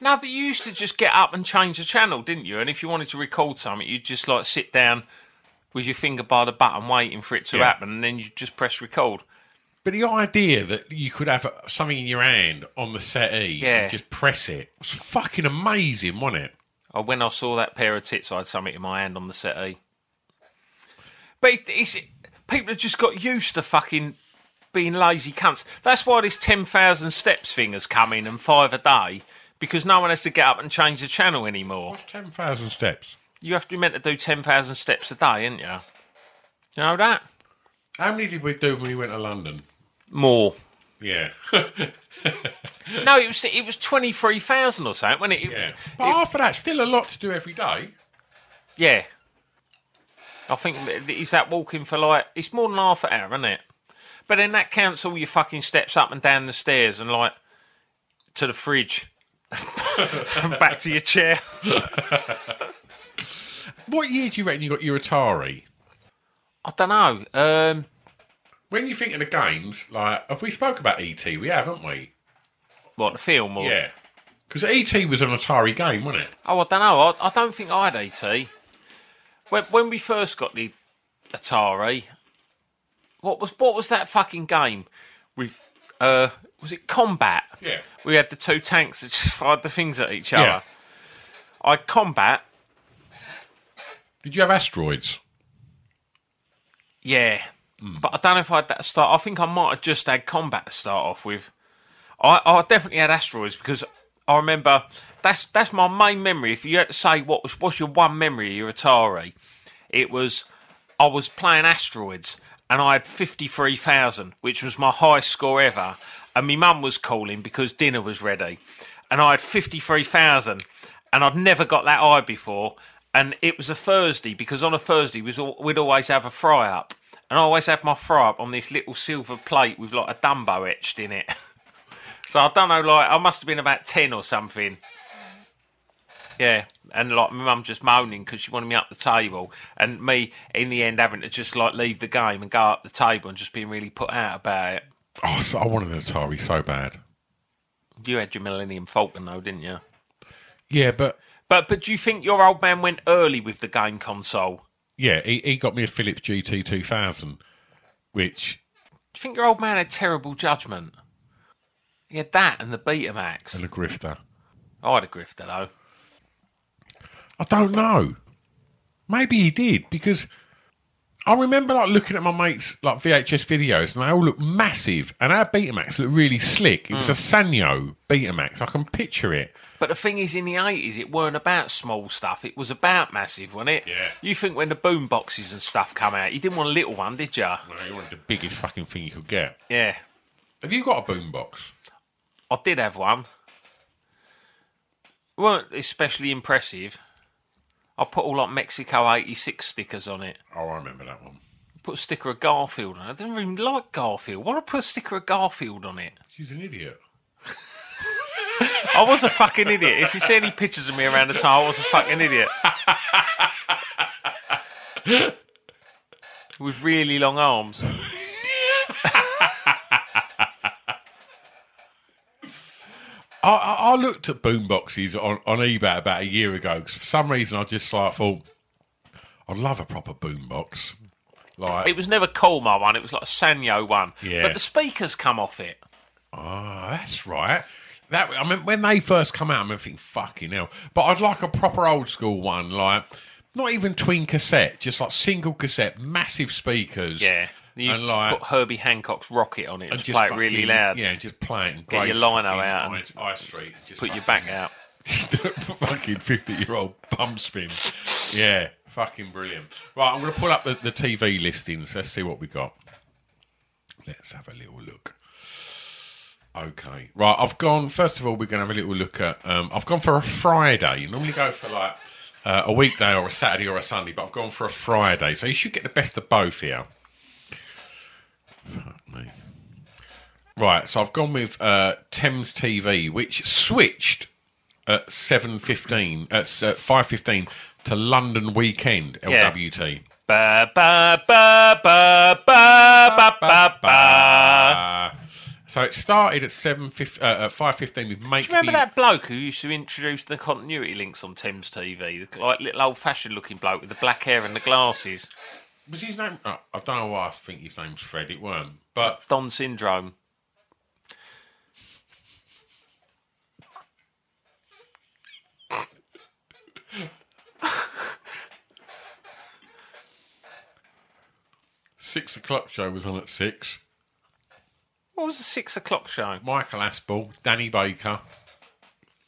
A: No, but you used to just get up and change the channel, didn't you? And if you wanted to record something, you'd just like sit down with your finger by the button, waiting for it to
C: Yeah.
A: happen, and then you just press record.
C: But the idea that you could have something in your hand on the settee
A: Yeah.
C: and just press it was fucking amazing, wasn't it?
A: Oh, when I saw that pair of tits, I had something in my hand on the settee. But it's, it's people have just got used to fucking being lazy cunts. That's why this ten thousand steps thing has come in and five a day because no one has to get up and change the channel anymore.
C: Ten thousand steps.
A: You have to be meant to do ten thousand steps a day, ain't you? You know that?
C: How many did we do when we went to London?
A: More.
C: Yeah.
A: No, it was it was twenty three thousand or something, wasn't it?
C: Yeah. But half of that's still a lot to do every day.
A: Yeah. I think th- is that walking for like it's more than half an hour, isn't it? But then that counts all your fucking steps up and down the stairs and like to the fridge and back to your chair.
C: What year do you reckon you got your Atari?
A: I don't know. Um,
C: when you think of the games, like have we spoke about ET? We have, haven't we?
A: What the film? Or...
C: Yeah. Because ET was an Atari game, wasn't it?
A: Oh, I don't know. I, I don't think I had AT. When when we first got the Atari, what was what was that fucking game with? Uh, was it combat?
C: Yeah.
A: We had the two tanks that just fired the things at each other.
C: Yeah.
A: I had combat.
C: Did you have asteroids?
A: Yeah. But I don't know if I had that to start. I think I might have just had combat to start off with. I, I definitely had asteroids because I remember that's that's my main memory. If you had to say what was what's your one memory of your Atari, it was I was playing asteroids and I had fifty three thousand, which was my highest score ever. And my mum was calling because dinner was ready, and I had fifty three thousand, and I'd never got that high before. And it was a Thursday because on a Thursday was al- we'd always have a fry up, and I always had my fry up on this little silver plate with like a Dumbo etched in it. So I don't know, like I must have been about ten or something. Yeah, and like my mum just moaning because she wanted me up the table, and me in the end having to just like leave the game and go up the table and just being really put out about it.
C: Oh, so I wanted an Atari so bad.
A: You had your Millennium Falcon though, didn't you?
C: Yeah, but
A: But but do you think your old man went early with the game console?
C: yeah, he, he got me a Philips GT 2000, which
A: Do you think your old man had terrible judgment? He had that and the Betamax.
C: and a grifter.
A: I had a grifter though.
C: I don't know. Maybe he did because I remember like looking at my mates like VHS videos and they all look massive and our Betamax looked really slick. It was a Sanyo Betamax. I can picture it.
A: But the thing is, in the eighties, it weren't about small stuff. It was about massive, wasn't it?
C: Yeah.
A: You think when the boom boxes and stuff come out, you didn't want a little one, did you?
C: No, you wanted the biggest fucking thing you could get.
A: Yeah.
C: Have you got a boombox?
A: I did have one. weren't especially impressive. I put all like Mexico '86 stickers on it.
C: Oh, I remember that one.
A: Put a sticker of Garfield on it. I didn't even like Garfield. Why did I put a sticker of Garfield on it?
C: She's an idiot.
A: I was a fucking idiot. If you see any pictures of me around the town, I was a fucking idiot. With really long arms.
C: I, I, I looked at boomboxes on, on eBay about a year ago 'cause for some reason I just like thought I'd love a proper boombox. Like
A: It was never cool, my one. It was like a Sanyo one.
C: Yeah.
A: But the speakers come off it.
C: Ah, that's right. That I mean, when they first come out, I'm thinking, fucking hell. But I'd like a proper old school one, like not even twin cassette, just like single cassette, massive speakers.
A: Yeah. You
C: and like
A: put Herbie Hancock's rocket on it and,
C: and
A: just play it really
C: fucking-
A: loud.
C: Yeah, just play it. and
A: Get your
C: grace
A: lino
C: fucking
A: out
C: High, high Street. and Just
A: Put your back out.
C: fucking fifty-year-old bum spin. Yeah, fucking brilliant. Right, I'm going to pull up the, the TV listings. Let's see what we got. Let's have a little look. Okay, right. I've gone. First of all, we're going to have a little look at. Um, I've gone for a Friday. You normally go for like uh, a weekday or a Saturday or a Sunday, but I've gone for a Friday. So you should get the best of both here. Fuck me. Right, so I've gone with uh, Thames TV, which switched at seven fifteen, at five fifteen to London Weekend
A: Yeah.
C: LWT.
A: Ba ba ba ba ba ba ba ba.
C: Uh, so it started at seven fifteen, uh, at five fifteen with Make
A: Do you remember
C: Me-
A: that bloke who used to introduce the continuity links on Thames TV? The like, little old fashioned looking bloke with the black hair and the glasses.
C: Was his name? oh, I don't know why I think his name's Fred. It weren't, but
A: Don Syndrome.
C: six o'clock show was on at six.
A: What was the six o'clock show?
C: Michael Aspel, Danny Baker.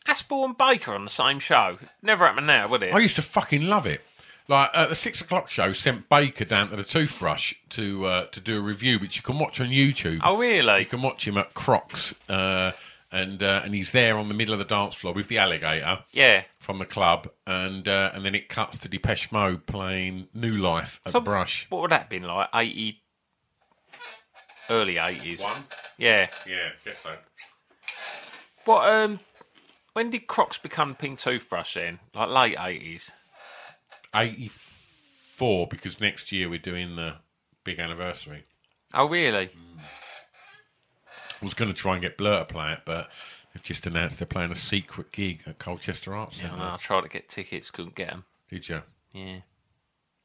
A: Aspel and Baker on the same show. Never happened now, would it?
C: I used to fucking love it. Like uh, the six o'clock show sent Baker down to the toothbrush to uh, to do a review, which you can watch on YouTube.
A: Oh,
C: You
A: really?
C: can watch him at Crocs, uh, and uh, and he's there on the middle of the dance floor with the alligator
A: Yeah.
C: from the club, and uh, and then it cuts to Depeche Mode playing New Life at
A: So
C: the brush.
A: What would that have been like? 80. Early 80s. Yeah.
C: yeah, guess so.
A: What, um. When did Crocs become Pink Toothbrush then? Like late 80s?
C: Eighty four, because next year we're doing the big anniversary.
A: Oh, really?
C: I was going to try and get Blur to play it, but they've just announced they're playing a secret gig at Colchester Arts
A: Yeah,
C: Centre.
A: I know, Oh, I tried to get tickets, couldn't get them.
C: Did you?
A: Yeah.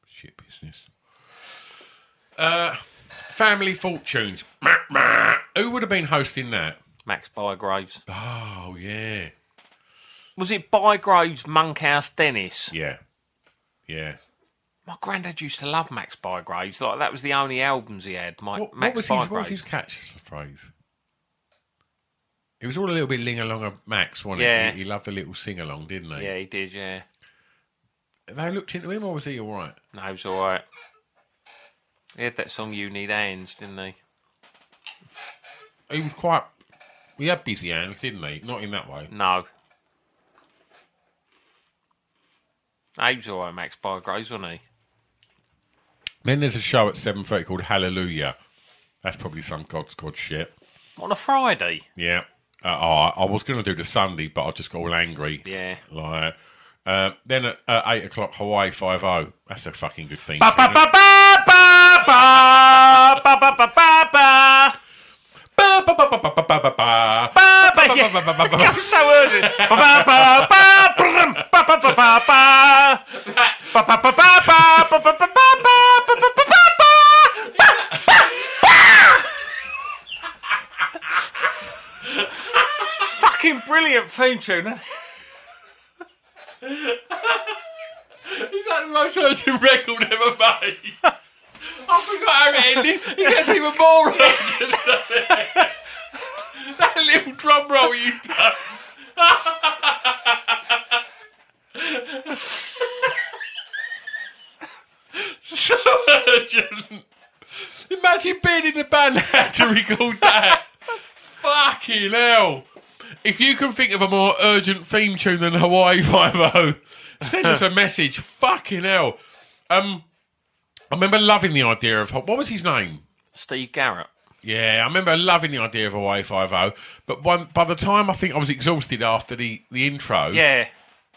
C: Shit business. Uh, Family Fortunes. Who would have been hosting that?
A: Max Bygraves.
C: Oh yeah,
A: Was it Bygraves, Monkhouse, Dennis?
C: yeah, yeah.
A: My granddad used to love Max Bygraves. Like that was the only albums he had. My,
C: What, what
A: Max
C: was his,
A: Bygraves.
C: what was his catchphrase? It was all a little bit ling along of Max, wasn't
A: Yeah.
C: it? He, he loved the little sing along, didn't he?
A: Yeah, he did. Yeah,
C: They looked into him, or was he all right?
A: no, he was all right. He had that song "You Need Hands," didn't he?
C: He was quite. He had busy hands, didn't he? Not in that way.
A: No. No, He was all right, Max Bygraves, wasn't he?
C: Then there's a show at seven thirty called Hallelujah. That's probably some God's God shit.
A: On a Friday.
C: Yeah. Uh, oh, I I was going to do the Sunday, but I just got all angry.
A: Yeah.
C: Like, Uh, then at uh, eight o'clock, Hawaii Five O. That's a fucking good thing.
A: I'm so urgent. Fucking brilliant theme tune.
C: Is that the most urgent record ever made? I forgot how it ended. It gets even more urgent. that little drum roll you done. so urgent. Imagine being in a band had to record that. Fucking hell. If you can think of a more urgent theme tune than Hawaii Five-O, send us a message. Fucking hell. Um, I remember loving the idea of what was his name?
A: Steve Garrett.
C: Yeah, I remember loving the idea of a Hawaii Five O, but one, by the time I think I was exhausted after the, the intro,
A: Yeah.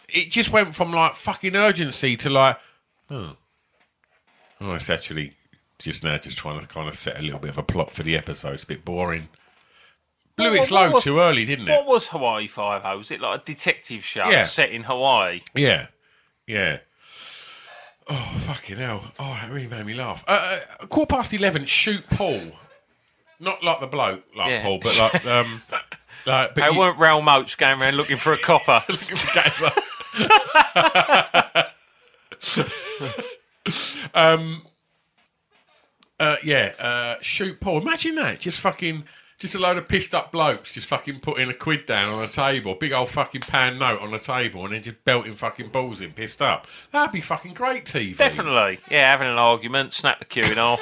C: it just went from like fucking urgency to like, oh, oh, it's actually just now just trying to kind of set a little bit of a plot for the episode. It's a bit boring. Blew its
A: What- what
C: load
A: was-
C: too early, didn't it?
A: What was Hawaii Five O? Was it like a detective show
C: Yeah.
A: set in Hawaii?
C: Yeah, yeah. Oh fucking hell! Oh, that really made me laugh. Uh, uh, quarter past eleven. Shoot Paul, not like the bloke, like
A: Yeah.
C: Paul, but like um, like. But
A: They
C: you-
A: weren't Raoul Moats going around looking for a copper.
C: um, uh, yeah, uh, shoot Paul. Imagine that. Just fucking, just a load of pissed up blokes just fucking putting a quid down on a table, big old fucking pound note on a table, and then just belting fucking balls in, pissed up. That'd be fucking great TV.
A: Definitely. Yeah, having an argument, snap the queue in half.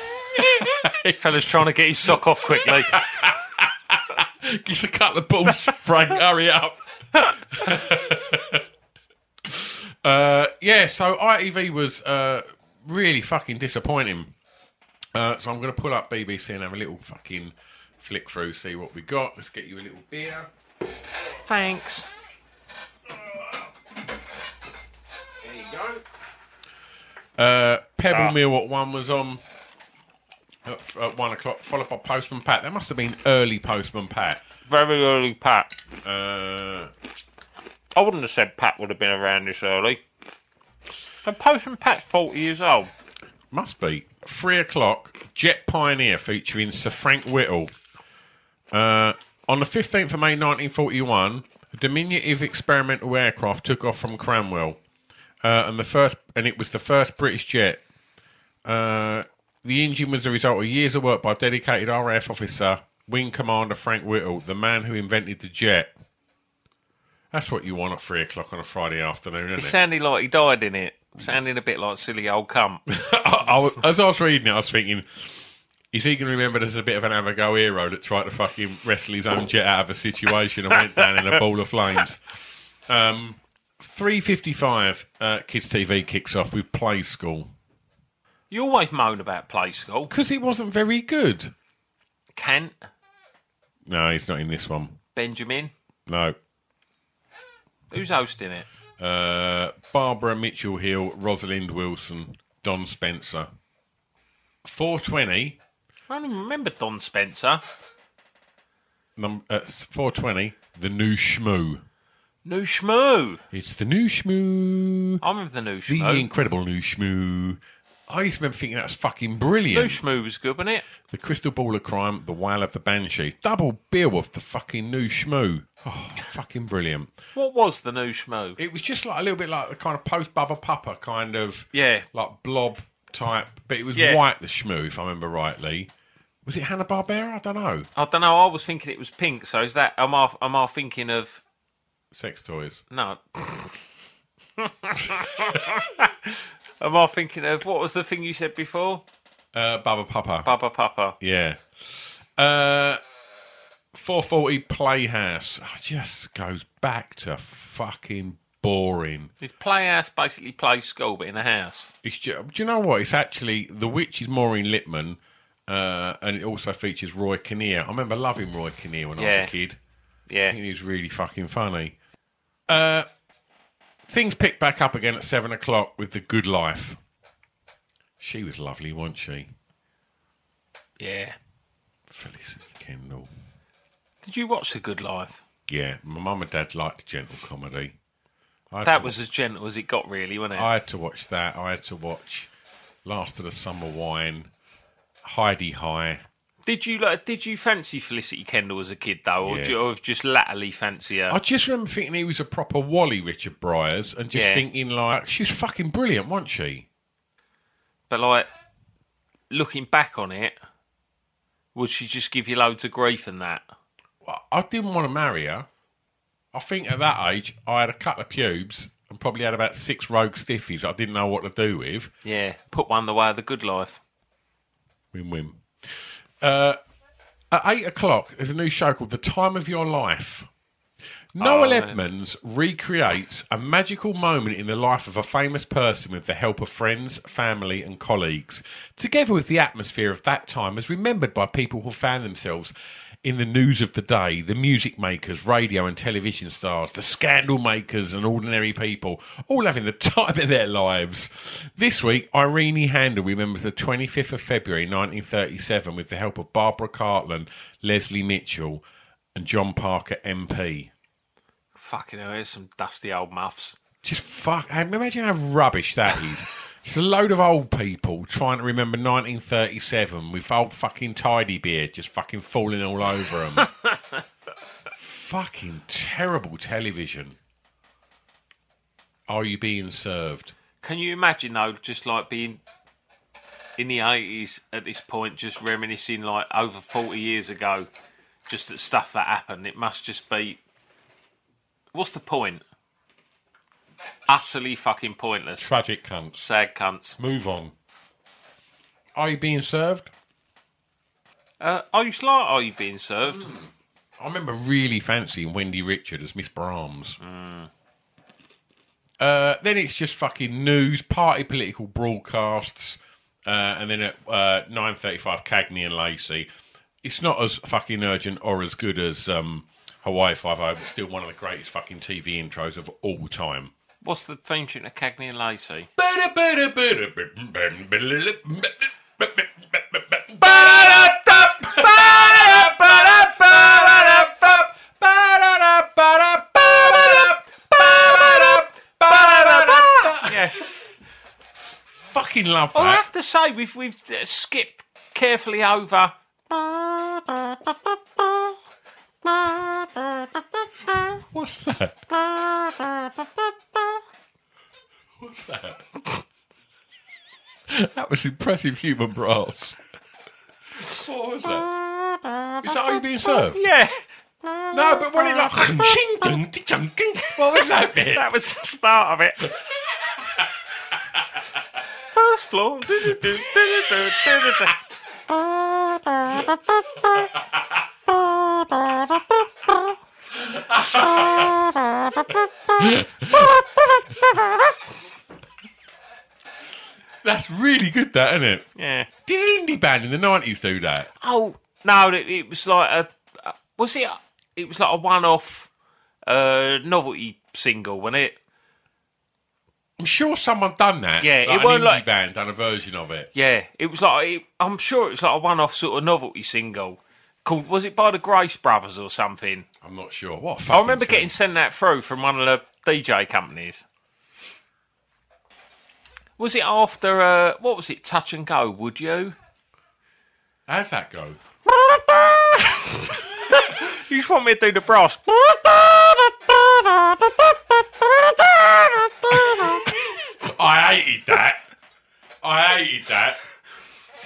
A: Fella's trying to get his sock off quickly.
C: Just a couple of balls, Frank. Hurry up. uh, yeah, so ITV was uh, really fucking disappointing. Uh, so I'm going to pull up BBC and have a little fucking flick through, see what we got. Let's get you a little beer.
A: Thanks.
C: There you go. Uh, Pebble Mill at one was on at, at one o'clock, followed by Postman Pat. That must have been early Postman Pat.
A: Very early Pat.
C: Uh,
A: I wouldn't have said Pat would have been around this early. The postman Pat's 40 years old.
C: Must be. Three o'clock, Jet Pioneer featuring Sir Frank Whittle. Uh, on the 15th of May 1941, a diminutive experimental aircraft took off from Cranwell. Uh, and the first, and it was the first British jet. Uh, the engine was the result of years of work by dedicated RAF officer, Wing Commander Frank Whittle, the man who invented the jet. That's what you want at three o'clock on a Friday afternoon,
A: It
C: isn't it?
A: sounded like he died in it. Sounding a bit like silly old cunt.
C: I, I was, as I was reading it, I was thinking, is he going to remember there's a bit of an Avago hero that tried to fucking wrestle his own jet out of a situation and went down in a ball of flames? Um, 3.55, uh, Kids TV kicks off with Play School.
A: You always moan about play school.
C: Because it wasn't very good.
A: Kent,
C: No, he's not in this one.
A: Benjamin.
C: No.
A: Who's hosting it?
C: Uh, Barbara Mitchell Hill, Rosalind Wilson, Don Spencer. 420,
A: I don't even remember Don Spencer.
C: num- uh, 420, The New Schmoo.
A: New Schmoo.
C: It's The New Schmoo.
A: I remember the New
C: The
A: Schmoo.
C: incredible new schmoo. I used to remember thinking that's fucking
A: New
C: brilliant.
A: Schmoo was good, wasn't it?
C: the Crystal Ball of Crime, The Whale of the Banshee. Double bill of the fucking new schmoo. Oh, fucking brilliant.
A: What was the New Schmoo?
C: It was just like a little bit like the kind of post Bubba Papa kind of
A: Yeah.
C: like blob type, but it was
A: Yeah.
C: white, the schmoo, if I remember rightly. Was it Hanna Barbera? I don't know.
A: I don't know. I was thinking it was pink. So is that? Am I? Am I thinking of?
C: Sex toys.
A: No. am I thinking of what was the thing you said before?
C: Uh, Bubba Papa.
A: Baba Papa.
C: Yeah. Uh, 440 Playhouse. Oh, just goes back to fucking boring.
A: Is playhouse basically play school but in a house?
C: It's just, do you know what? It's actually The Witch is Maureen Lipman, uh, and it also features Roy Kinnear. I remember loving Roy Kinnear when I
A: Yeah.
C: was a kid.
A: Yeah.
C: He was really fucking funny. Uh, Things picked back up again at seven o'clock with the good life. She was lovely, wasn't she?
A: Yeah.
C: Felicity Kendall.
A: Did you watch The Good Life?
C: Yeah, my mum and dad liked gentle comedy. I had
A: That
C: to-
A: was as gentle as it got, really, wasn't it?
C: I had to watch that. I had to watch Last of the Summer Wine, Heidi High.
A: Did you like? Did you fancy Felicity Kendall as a kid though, or,
C: Yeah.
A: do you, or just latterly fancy her?
C: I just remember thinking he was a proper Wally Richard Briers and just
A: Yeah.
C: thinking like she was fucking brilliant, wasn't she?
A: But like, looking back on it, would she just give you loads of grief and that?
C: I- I didn't want to marry her. I think at that age I had a couple of pubes and probably had about six rogue stiffies I didn't know what to do with.
A: Yeah, put one the way of the good life.
C: Win win. Uh, at eight o'clock, there's a new show called The Time of Your Life. Noel Edmonds recreates a magical moment in the life of a famous person with the help of friends, family, and colleagues, together with the atmosphere of that time as remembered by people who found themselves in the news of the day the music makers, radio and television stars, the scandal makers, and ordinary people, all having the time of their lives. This week, Irene Handel remembers the 25th of February 1937 with the help of Barbara Cartland, Leslie Mitchell, and John Parker MP.
A: Fucking hell, here's some dusty old muffs.
C: Just fuck. I mean, Imagine how rubbish that is. It's a load of old people trying to remember 1937 with old fucking tidy beard just fucking falling all over them. fucking terrible television. Are you being served?
A: Can you imagine though, just like being in the eighties at this point, just reminiscing like over forty years ago, just at stuff that happened. It must just be. What's the point? Utterly fucking pointless.
C: Tragic cunts.
A: Sad cunts.
C: Move on. Are you being served?
A: Uh, are you sly? Are you being served?
C: I remember really fancying Wendy Richard as Miss Brahms. Uh, then it's just fucking news, party political broadcasts, uh, and then at uh, nine thirty-five, Cagney and Lacey. It's not as fucking urgent or as good as um, Hawaii Five O, but still one of the greatest fucking TV intros of all time.
A: What's the theme tune to Cagney and Lacey? Yeah.
C: Fucking love
A: I
C: that.
A: have to say, we've we've uh, skipped carefully over.
C: What's that? What's that? that was impressive human brass. What was that? Is that how you're being served?
A: Yeah,
C: No, but when it like ching ding ding, ding ding. What was that bit?
A: that was the start of it. First floor. Do-do-do, do-do-do, do-do-do.
C: That's really good, that isn't it?
A: Yeah.
C: Did indie band in the nineties do that?
A: Oh no, it, it was like a uh, was it? It was like a one-off uh, novelty single, wasn't it?
C: I'm sure someone done that.
A: Yeah, it
C: like an
A: weren't
C: indie
A: like-
C: band done a version of it.
A: Yeah, it was like it, I'm sure it was like a one-off sort of novelty single called was it by the Grace Brothers or something?
C: I'm not sure. What? a
A: I
C: fucking
A: remember
C: film.
A: getting sent that through from one of the DJ companies. Was it after uh, what was it? Touch and go, would you?
C: How's that go?
A: You just want me to do the brass.
C: I hated that. I hated that.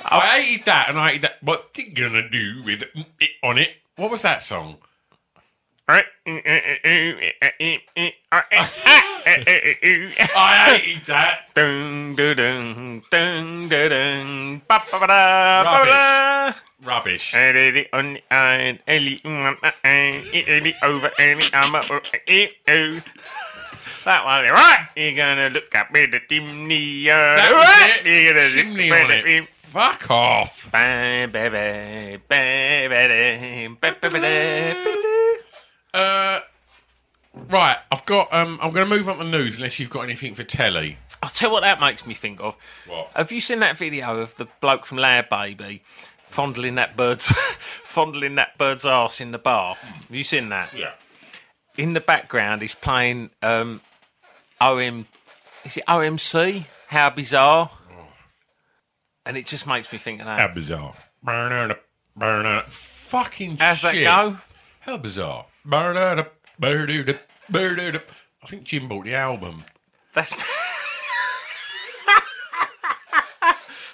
C: I hated that, and I hated that. What you gonna do with it on it? What was that song? I hated that.
A: Dun, dun, dun, dun, dun, dun. Ba, ba, ba, da, ba, ba, da.
C: Rubbish.
A: Early on the iron, early on the iron, early over, early on my own, eh, oh. That one, there, right? You're gonna look up with the chimney, uh,
C: That
A: right?
C: was
A: You're gonna
C: it.
A: look
C: Chimney
A: with
C: on
A: the-
C: it. Fuck off.
A: Ba, ba, ba, ba, ba, da, ba, ba, ba, da, ba, da.
C: Uh, Right, I've got. Um, I'm going to move on to news unless you've got anything for telly.
A: I'll tell you what that makes me think of. What? Have you seen that video of the bloke from Loud Baby fondling that bird's fondling that bird's ass in the bar? Have you seen that?
C: Yeah.
A: In the background, he's playing um, OM. Is it OMC? How bizarre! And it just makes me think of that.
C: Oh. How bizarre! Burn up, burn up. Fucking
A: How's that
C: shit.
A: go?
C: How bizarre! Burn up, burn up, burn up. I think Jim bought the album.
A: That's.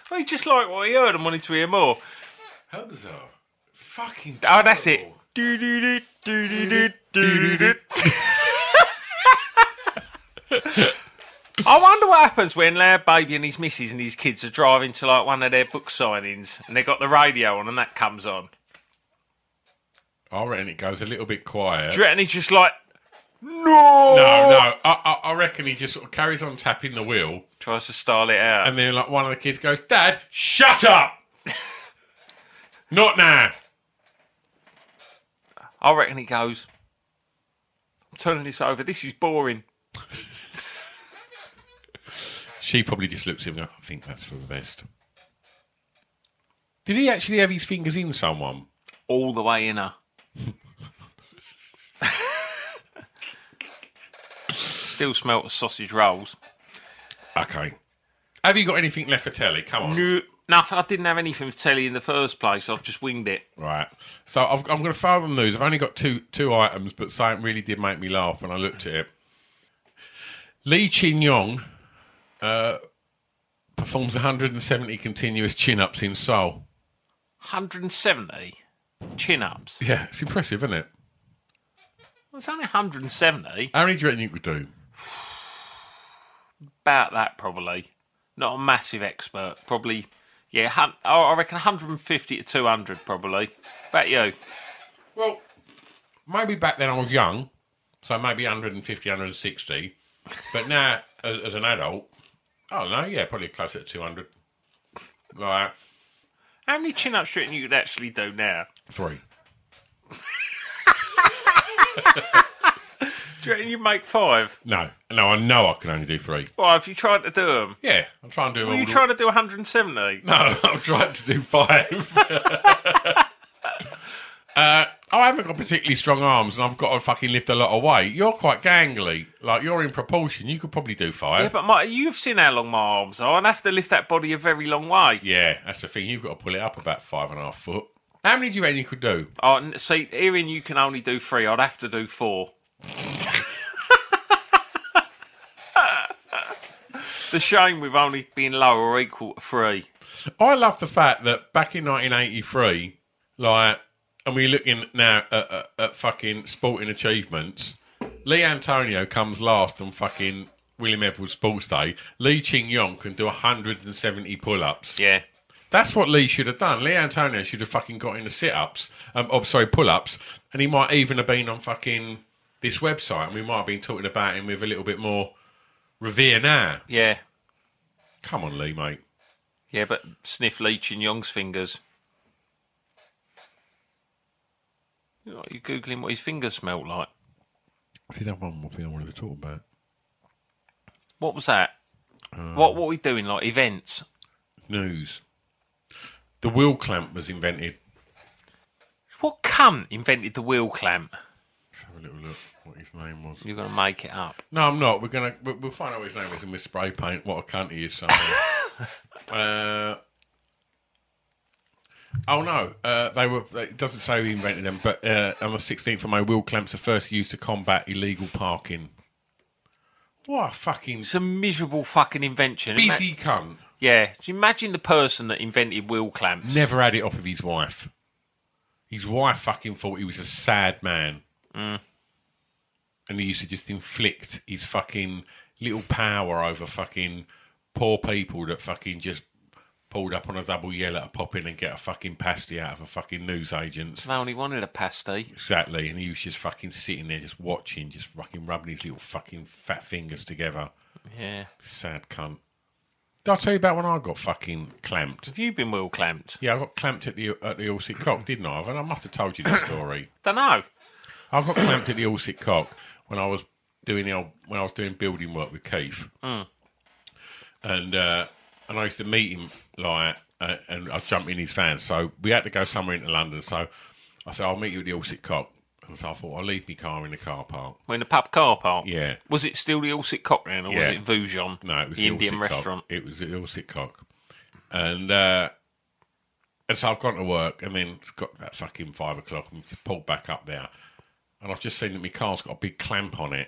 A: Well, he just liked what he heard and wanted to hear more.
C: How bizarre! Fucking.
A: Oh, that's it. I wonder what happens when Loud Baby and his missus and his kids are driving to like one of their book signings and they got the radio on and that comes on.
C: I reckon it goes a little bit quiet.
A: Do you reckon he's just like,
C: no, no. I, I, I reckon he just sort of carries on tapping the wheel,
A: tries to style it out?
C: and then like one of the kids goes, "Dad, shut up! Not now."
A: I reckon he goes, I'm turning this over. This is boring.
C: She probably just looks at him. and goes, I think that's for the best. Did he actually have his fingers in someone?
A: All the way in her. Still smelt of sausage rolls.
C: Okay. Have you got anything left for telly? Come on.
A: No, no, I didn't have anything for telly in the first place. I've just winged it.
C: Right. So I've, I'm going to fire on news. I've only got two two items, but something really did make me laugh when I looked at it. Lee Chin Yong uh, performs 170 continuous chin ups in Seoul.
A: 170 chin ups.
C: Yeah, it's impressive, isn't it?
A: It's only 170.
C: How many do you reckon you could do?
A: About that, probably. Not a massive expert. Probably, yeah, hun- I I reckon 150 to 200, probably. About you.
C: Well, maybe back then I was young, so maybe 150, 160. But now, as, as an adult, I don't know, yeah, probably closer to 200. Like,
A: How many chin ups do you reckon you could actually do now?
C: three.
A: Do you reckon you make five?
C: No, no, I know I can only do three.
A: Well, if you tried to do them,
C: Yeah, I'm trying to do
A: were
C: all
A: you
C: the-
A: trying to do 170?
C: No, I'm trying to do five. uh, I haven't got particularly strong arms and I've got to fucking lift a lot of weight. You're quite gangly. Like, you're in proportion. You could probably do five.
A: Yeah, but my, you've seen how long my arms are, and I have to lift that body a very long way.
C: Yeah, that's the thing. You've got to pull it up about five and a half foot. How many do you reckon you could do?
A: Oh, n- see, hearing you can only do three, I'd have to do four. the shame with only being lower or equal to three.
C: I love the fact that back in 1983, like, and we're looking now at, at, at fucking sporting achievements. Lee Antonio comes last on fucking William Edwards Sports Day. Lee Ching Yong can do 170 pull ups.
A: Yeah.
C: That's what Lee should have done. Lee Antonio should have fucking got into sit ups, um, oh, sorry, pull ups, and he might even have been on fucking this website, and we might have been talking about him with a little bit more revere now.
A: Yeah.
C: Come on, Lee, mate.
A: Yeah, but sniff Leech and Young's fingers. You're like- you're Googling what his fingers smelt like.
C: I did have one more thing I wanted to talk about.
A: What was that? what what were we doing? Like events?
C: News. The wheel clamp was invented.
A: What cunt invented the wheel clamp?
C: Let's have a little look what his name was.
A: You're going to make it up.
C: No, I'm not. We're gonna we- we'll find out what his name is and we'll spray paint what a cunt he is somewhere. uh, oh no, uh, they were. It doesn't say who invented them, but uh, on the 16th of May, wheel clamps are first used to combat illegal parking. What a fucking
A: It's a miserable fucking invention. Ima-
C: busy cunt!
A: yeah. Do you imagine the person that invented wheel clamps?
C: Never had it off of his wife. His wife fucking thought he was a sad man. And he used to just inflict his fucking little power over fucking poor people that fucking just pulled up on a double yellow to pop in and get a fucking pasty out of a fucking newsagent's.
A: They only wanted a pasty.
C: Exactly. And he was just fucking sitting there, just watching, just fucking rubbing his little fucking fat fingers together.
A: Yeah.
C: Sad cunt. Did I tell you about when I got fucking clamped?
A: Have you been wheel clamped?
C: Yeah, I got clamped at the at the Alsic Cock, didn't I? And I must have told you the story.
A: Dunno.
C: I got clamped at the Alsic Cock when I was doing the old, when I was doing building work with Keith,
A: Mm.
C: and uh, and I used to meet him like, uh, and I'd jump in his van. So we had to go somewhere into London. So I said, I'll meet you at the Alsic Cock. And so I thought, I'll leave my car in the car park.
A: We're in the pub car park.
C: Yeah.
A: Was it still the Ulcet Cochrane or
C: Yeah.
A: was it Vujon?
C: No, it was
A: the Indian
C: Ilsic Cock.
A: restaurant.
C: It was at Ilsic Cock. And, uh, and so I've gone to work and then it's got about fucking five o'clock and pulled back up there. And I've just seen that my car's got a big clamp on it.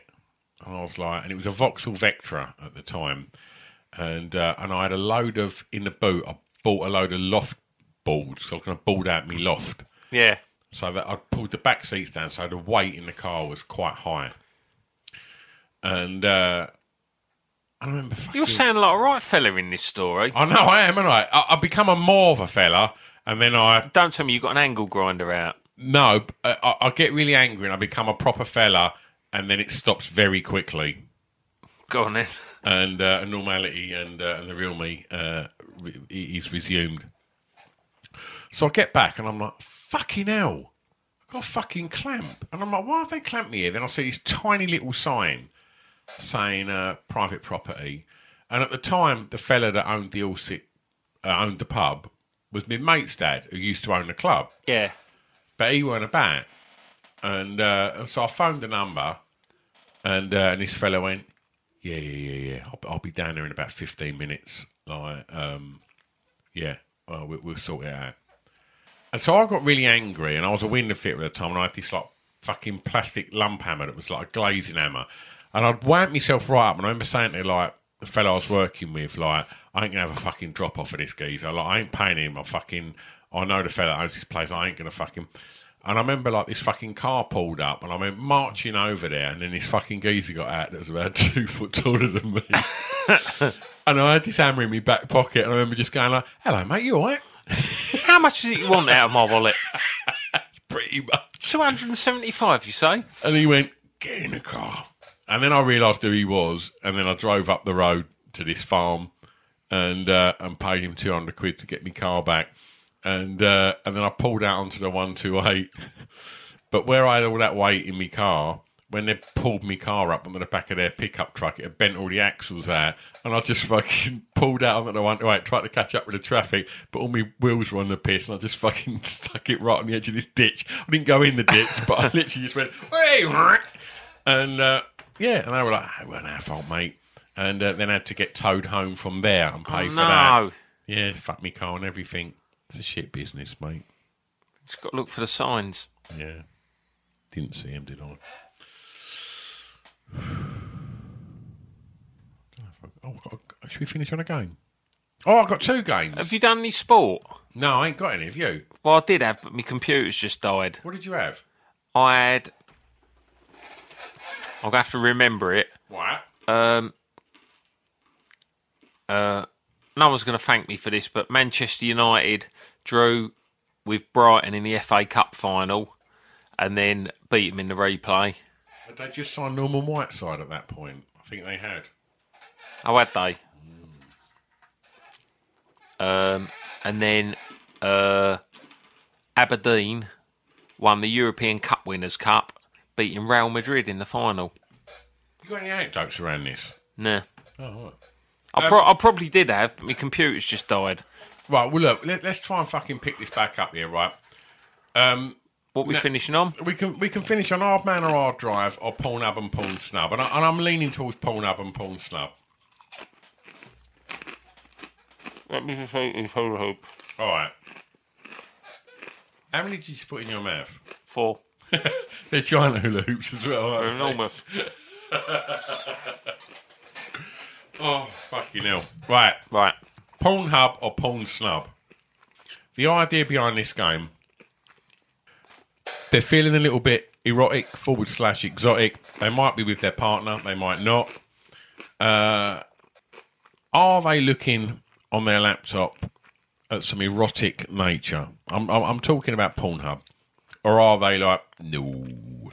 C: And I was like, and it was a Vauxhall Vectra at the time. And uh, and I had a load of, in the boot, I bought a load of loft boards. So I was going to board out my loft.
A: Yeah.
C: So that I pulled the back seats down, so the weight in the car was quite high. And uh, I remember
A: You sound like a right fella in this story.
C: I know I am, and I I I've become a more of a fella, and then I
A: don't tell me you got an angle grinder out.
C: No, I, I- I get really angry, and I become a proper fella, and then it stops very quickly.
A: Go on then.
C: And uh, normality and uh, and the real me uh, re- is resumed. So I get back, and I'm like, fucking hell, I got a fucking clamp, and I'm like, why have they clamped me here? Then I see this tiny little sign saying uh, private property, and at the time, the fella that owned the Allsick, uh, owned the pub was my mate's dad, who used to own the club.
A: Yeah.
C: But he weren't about. And, uh, and so I phoned the number, and, uh, and this fella went, Yeah, yeah, yeah, yeah. I'll, I'll be down there in about 15 minutes. Like, um, yeah, well, we, we'll sort it out. And so I got really angry, and I was a window fitter at the time, and I had this like fucking plastic lump hammer that was like a glazing hammer, and I'd whack myself right up. And I remember saying to like the fellow I was working with, like, I ain't gonna have a fucking drop off of this geezer. Like, I ain't paying him. I fucking, I know the fella that owns this place. I ain't gonna fucking. And I remember like this fucking car pulled up, and I went marching over there, and then this fucking geezer got out that was about two foot taller than me, and I had this hammer in my back pocket, and I remember just going like, "Hello, mate, you alright?"
A: How much does it you want out of my wallet?
C: Pretty much.
A: 275, you say?
C: And he went, get in the car. And then I realised who he was, and then I drove up the road to this farm, and uh, and paid him two hundred quid to get me car back, and uh, and then I pulled out onto the one two eight. But where I had all that weight in my car, when they pulled my car up onto the back of their pickup truck, it had bent all the axles out, and I just fucking pulled out onto the one two eight, tried to catch up with the traffic, but all my wheels were on the piss, and I just fucking stuck it right on the edge of this ditch. I didn't go in the ditch, but I literally just went, hey, and uh, yeah, and they were like, "Ah, "It weren't our fault, mate." And uh, then had to get towed home from there and pay
A: Oh, no.
C: for that. Yeah, fuck me car and everything. It's a shit business, mate.
A: Just got to look for the signs.
C: Yeah, didn't see him, did I? Oh, I've got a- should we finish on a game? Oh, I've got two games.
A: Have you done any sport?
C: No, I ain't got any. Have you?
A: Well, I did have, but my computer's just died.
C: What did you have?
A: I had. I'll have to remember it.
C: What?
A: Um, uh, no one's going to thank me for this, but Manchester United drew with Brighton in the FA Cup final and then beat them in the replay.
C: Had They just signed Norman Whiteside at that point. I think they had.
A: How had they? Um, and then uh, Aberdeen won the European Cup Winners' Cup, beating Real Madrid in the final.
C: You got any anecdotes around this?
A: Nah.
C: Oh, all right.
A: I, pro- I probably did have, but my computer's just died.
C: Right, well, look, let, let's try and fucking pick this back up here, right? Um,
A: what we finishing on?
C: We can we can finish on Hard Man or Hard Drive or Pornhub and Porn Snub, and, I, and I'm leaning towards Pornhub and Porn Snub.
A: Let me just say it's Hula Hoop.
C: All right. How many did you put in your mouth?
A: Four.
C: They're giant hula hoops as well. Aren't
A: They're
C: they?
A: enormous.
C: Oh, fucking hell. Right.
A: Right.
C: Pornhub or Porn Snub? The idea behind this game, they're feeling a little bit erotic forward slash exotic. They might be with their partner, they might not. Uh, are they looking on their laptop at some erotic nature? I'm, I'm, I'm talking about Pornhub. Or are they like, no,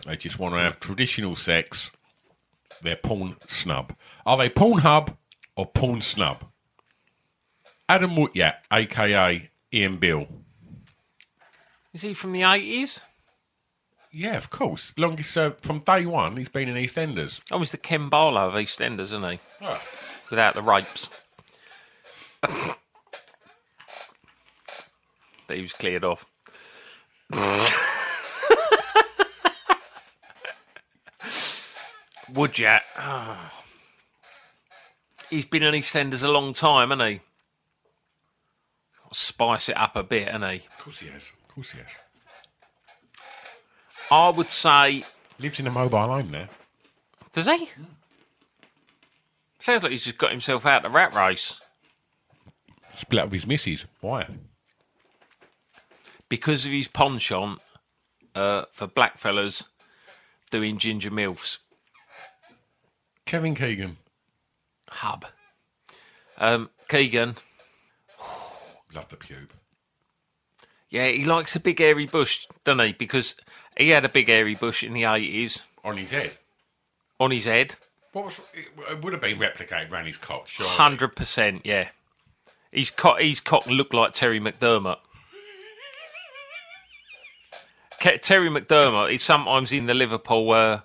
C: they just want to have traditional sex? They're porn snub. Are they Pornhub or Porn Snub? Adam Woodyat, aka Ian Bill.
A: Is he from the 80s?
C: Yeah, of course. Longest served from day one. He's been in EastEnders.
A: Oh, he's the Ken Barlow of EastEnders, isn't he?
C: Oh.
A: Without the rapes. he was cleared off. Woodjack. Oh. He's been in EastEnders a long time, hasn't he? Spice it up a bit, hasn't he?
C: Of course he has. Of course he has.
A: I would say.
C: Lives in a mobile home now.
A: Does he? Sounds like he's just got himself out the rat race
C: Split up with his missus. Why?
A: because of his penchant uh, for blackfellas doing ginger milfs.
C: Kevin Keegan.
A: Hub. Um, Keegan,
C: Love the pube.
A: yeah, he likes a big airy bush, doesn't he? Because he had a big airy bush in the 80s
C: On his head.
A: on his head.
C: What was, it, it would have been replicated around his cock, sure.
A: Hundred percent, yeah. He's cock. He's cock. Look like Terry McDermott. Ke- Terry McDermott. He's sometimes in the Liverpool uh,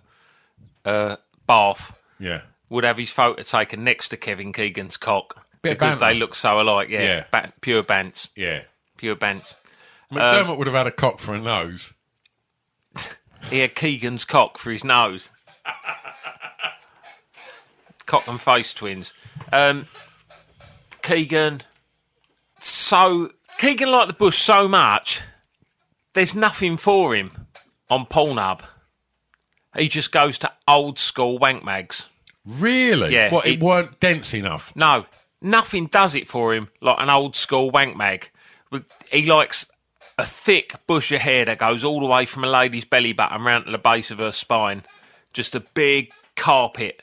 A: uh, bath.
C: Yeah.
A: Would have his photo taken next to Kevin Keegan's cock
C: Bit of
A: because
C: banter.
A: they look so alike. Yeah,
C: Yeah.
A: Ba- pure bants.
C: Yeah.
A: Pure bants. Um,
C: McDermott would have had a cock for a nose.
A: He had Keegan's cock for his nose. cock and face twins. Um, Keegan, so Keegan liked the bush so much. There's nothing for him on Pornhub. He just goes to old school wank mags.
C: Really?
A: Yeah,
C: What, it,
A: it-
C: weren't dense enough.
A: No, nothing does it for him like an old school wank mag. With- He likes a thick bush of hair that goes all the way from a lady's belly button round to the base of her spine, just a big carpet.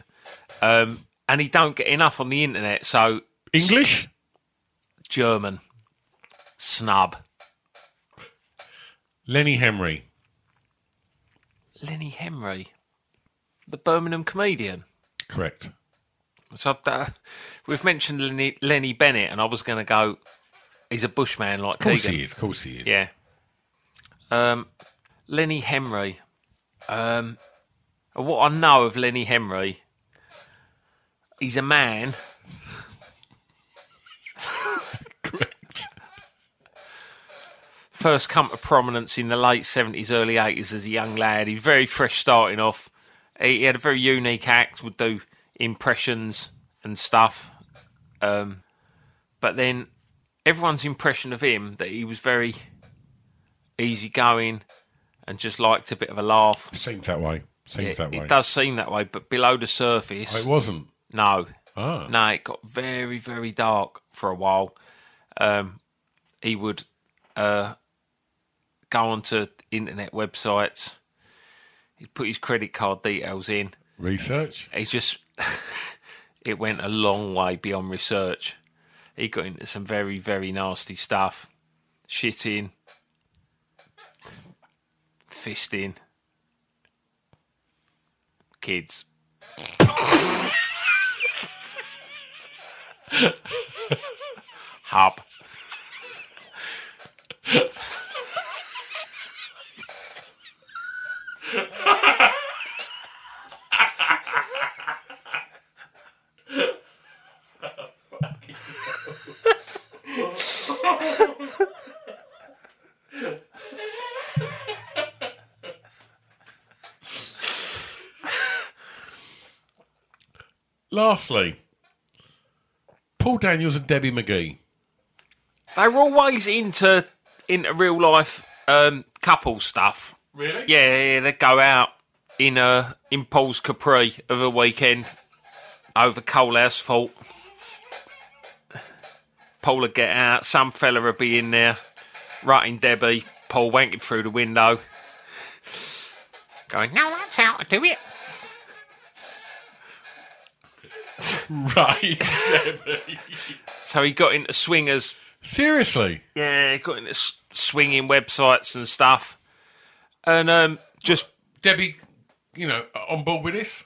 A: Um, and he don't get enough on the internet, so
C: English?
A: German snub.
C: Lenny Henry.
A: Lenny Henry, the Birmingham comedian.
C: Correct.
A: So uh, we've mentioned Lenny, Lenny Bennett, and I was going to go. He's a bushman like
C: Of course
A: Keegan.
C: he is. Of course he is.
A: Yeah. Um, Lenny Henry. Um, what I know of Lenny Henry, he's a man.
C: Correct.
A: First come to prominence in the late seventies, early eighties as a young lad. He's very fresh starting off. He, he had a very unique act. Would do impressions and stuff. Um, but then everyone's impression of him that he was very easygoing and just liked a bit of a laugh.
C: Seems that way. Seems
A: it,
C: that way. Oh,
A: it does seem that way, but below the surface,
C: It wasn't.
A: no,
C: Ah.
A: no, it got very, very dark for a while. Um, he would uh, go onto internet websites. He'd put his credit card details in.
C: Research?
A: He just it went a long way beyond research. He got into some very, very nasty stuff. Shitting, fisting, kids. Hub.
C: Lastly, Paul Daniels and Debbie McGee.
A: They were always into into real life um, couple stuff.
C: Really?
A: Yeah, yeah, yeah, they go out in a in Paul's Capri of a weekend over coal asphalt. Paul would get out, some fella would be in there, writing Debbie, Paul wanking through the window. Going, no, that's how I do it.
C: Right, Debbie.
A: So he got into swingers
C: Seriously?
A: Yeah, got into s- swinging websites and stuff, and um, just
C: Debbie, you know, on board with this?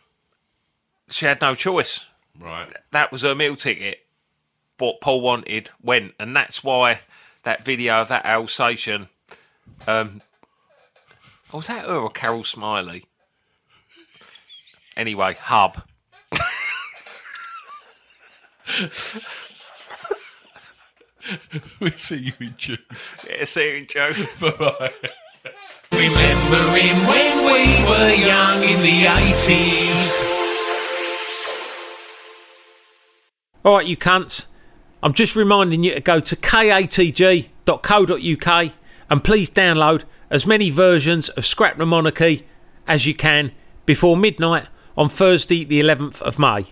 A: she had no choice.
C: Right.
A: That was her meal ticket. What Paul wanted went, and that's why that video of that Alsatian um,
F: Oh, was that her or Carol Smiley? Anyway, hub.
C: We'll see you in June.
F: Yeah, see you in June.
C: Bye
G: Remembering when we were young in the 80s.
A: All right, you cunts. I'm just reminding you to go to katg.co.uk and please download as many versions of Scrap the Monarchy as you can before midnight on Thursday, the 11th of May.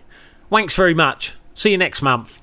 A: Thanks very much. See you next month.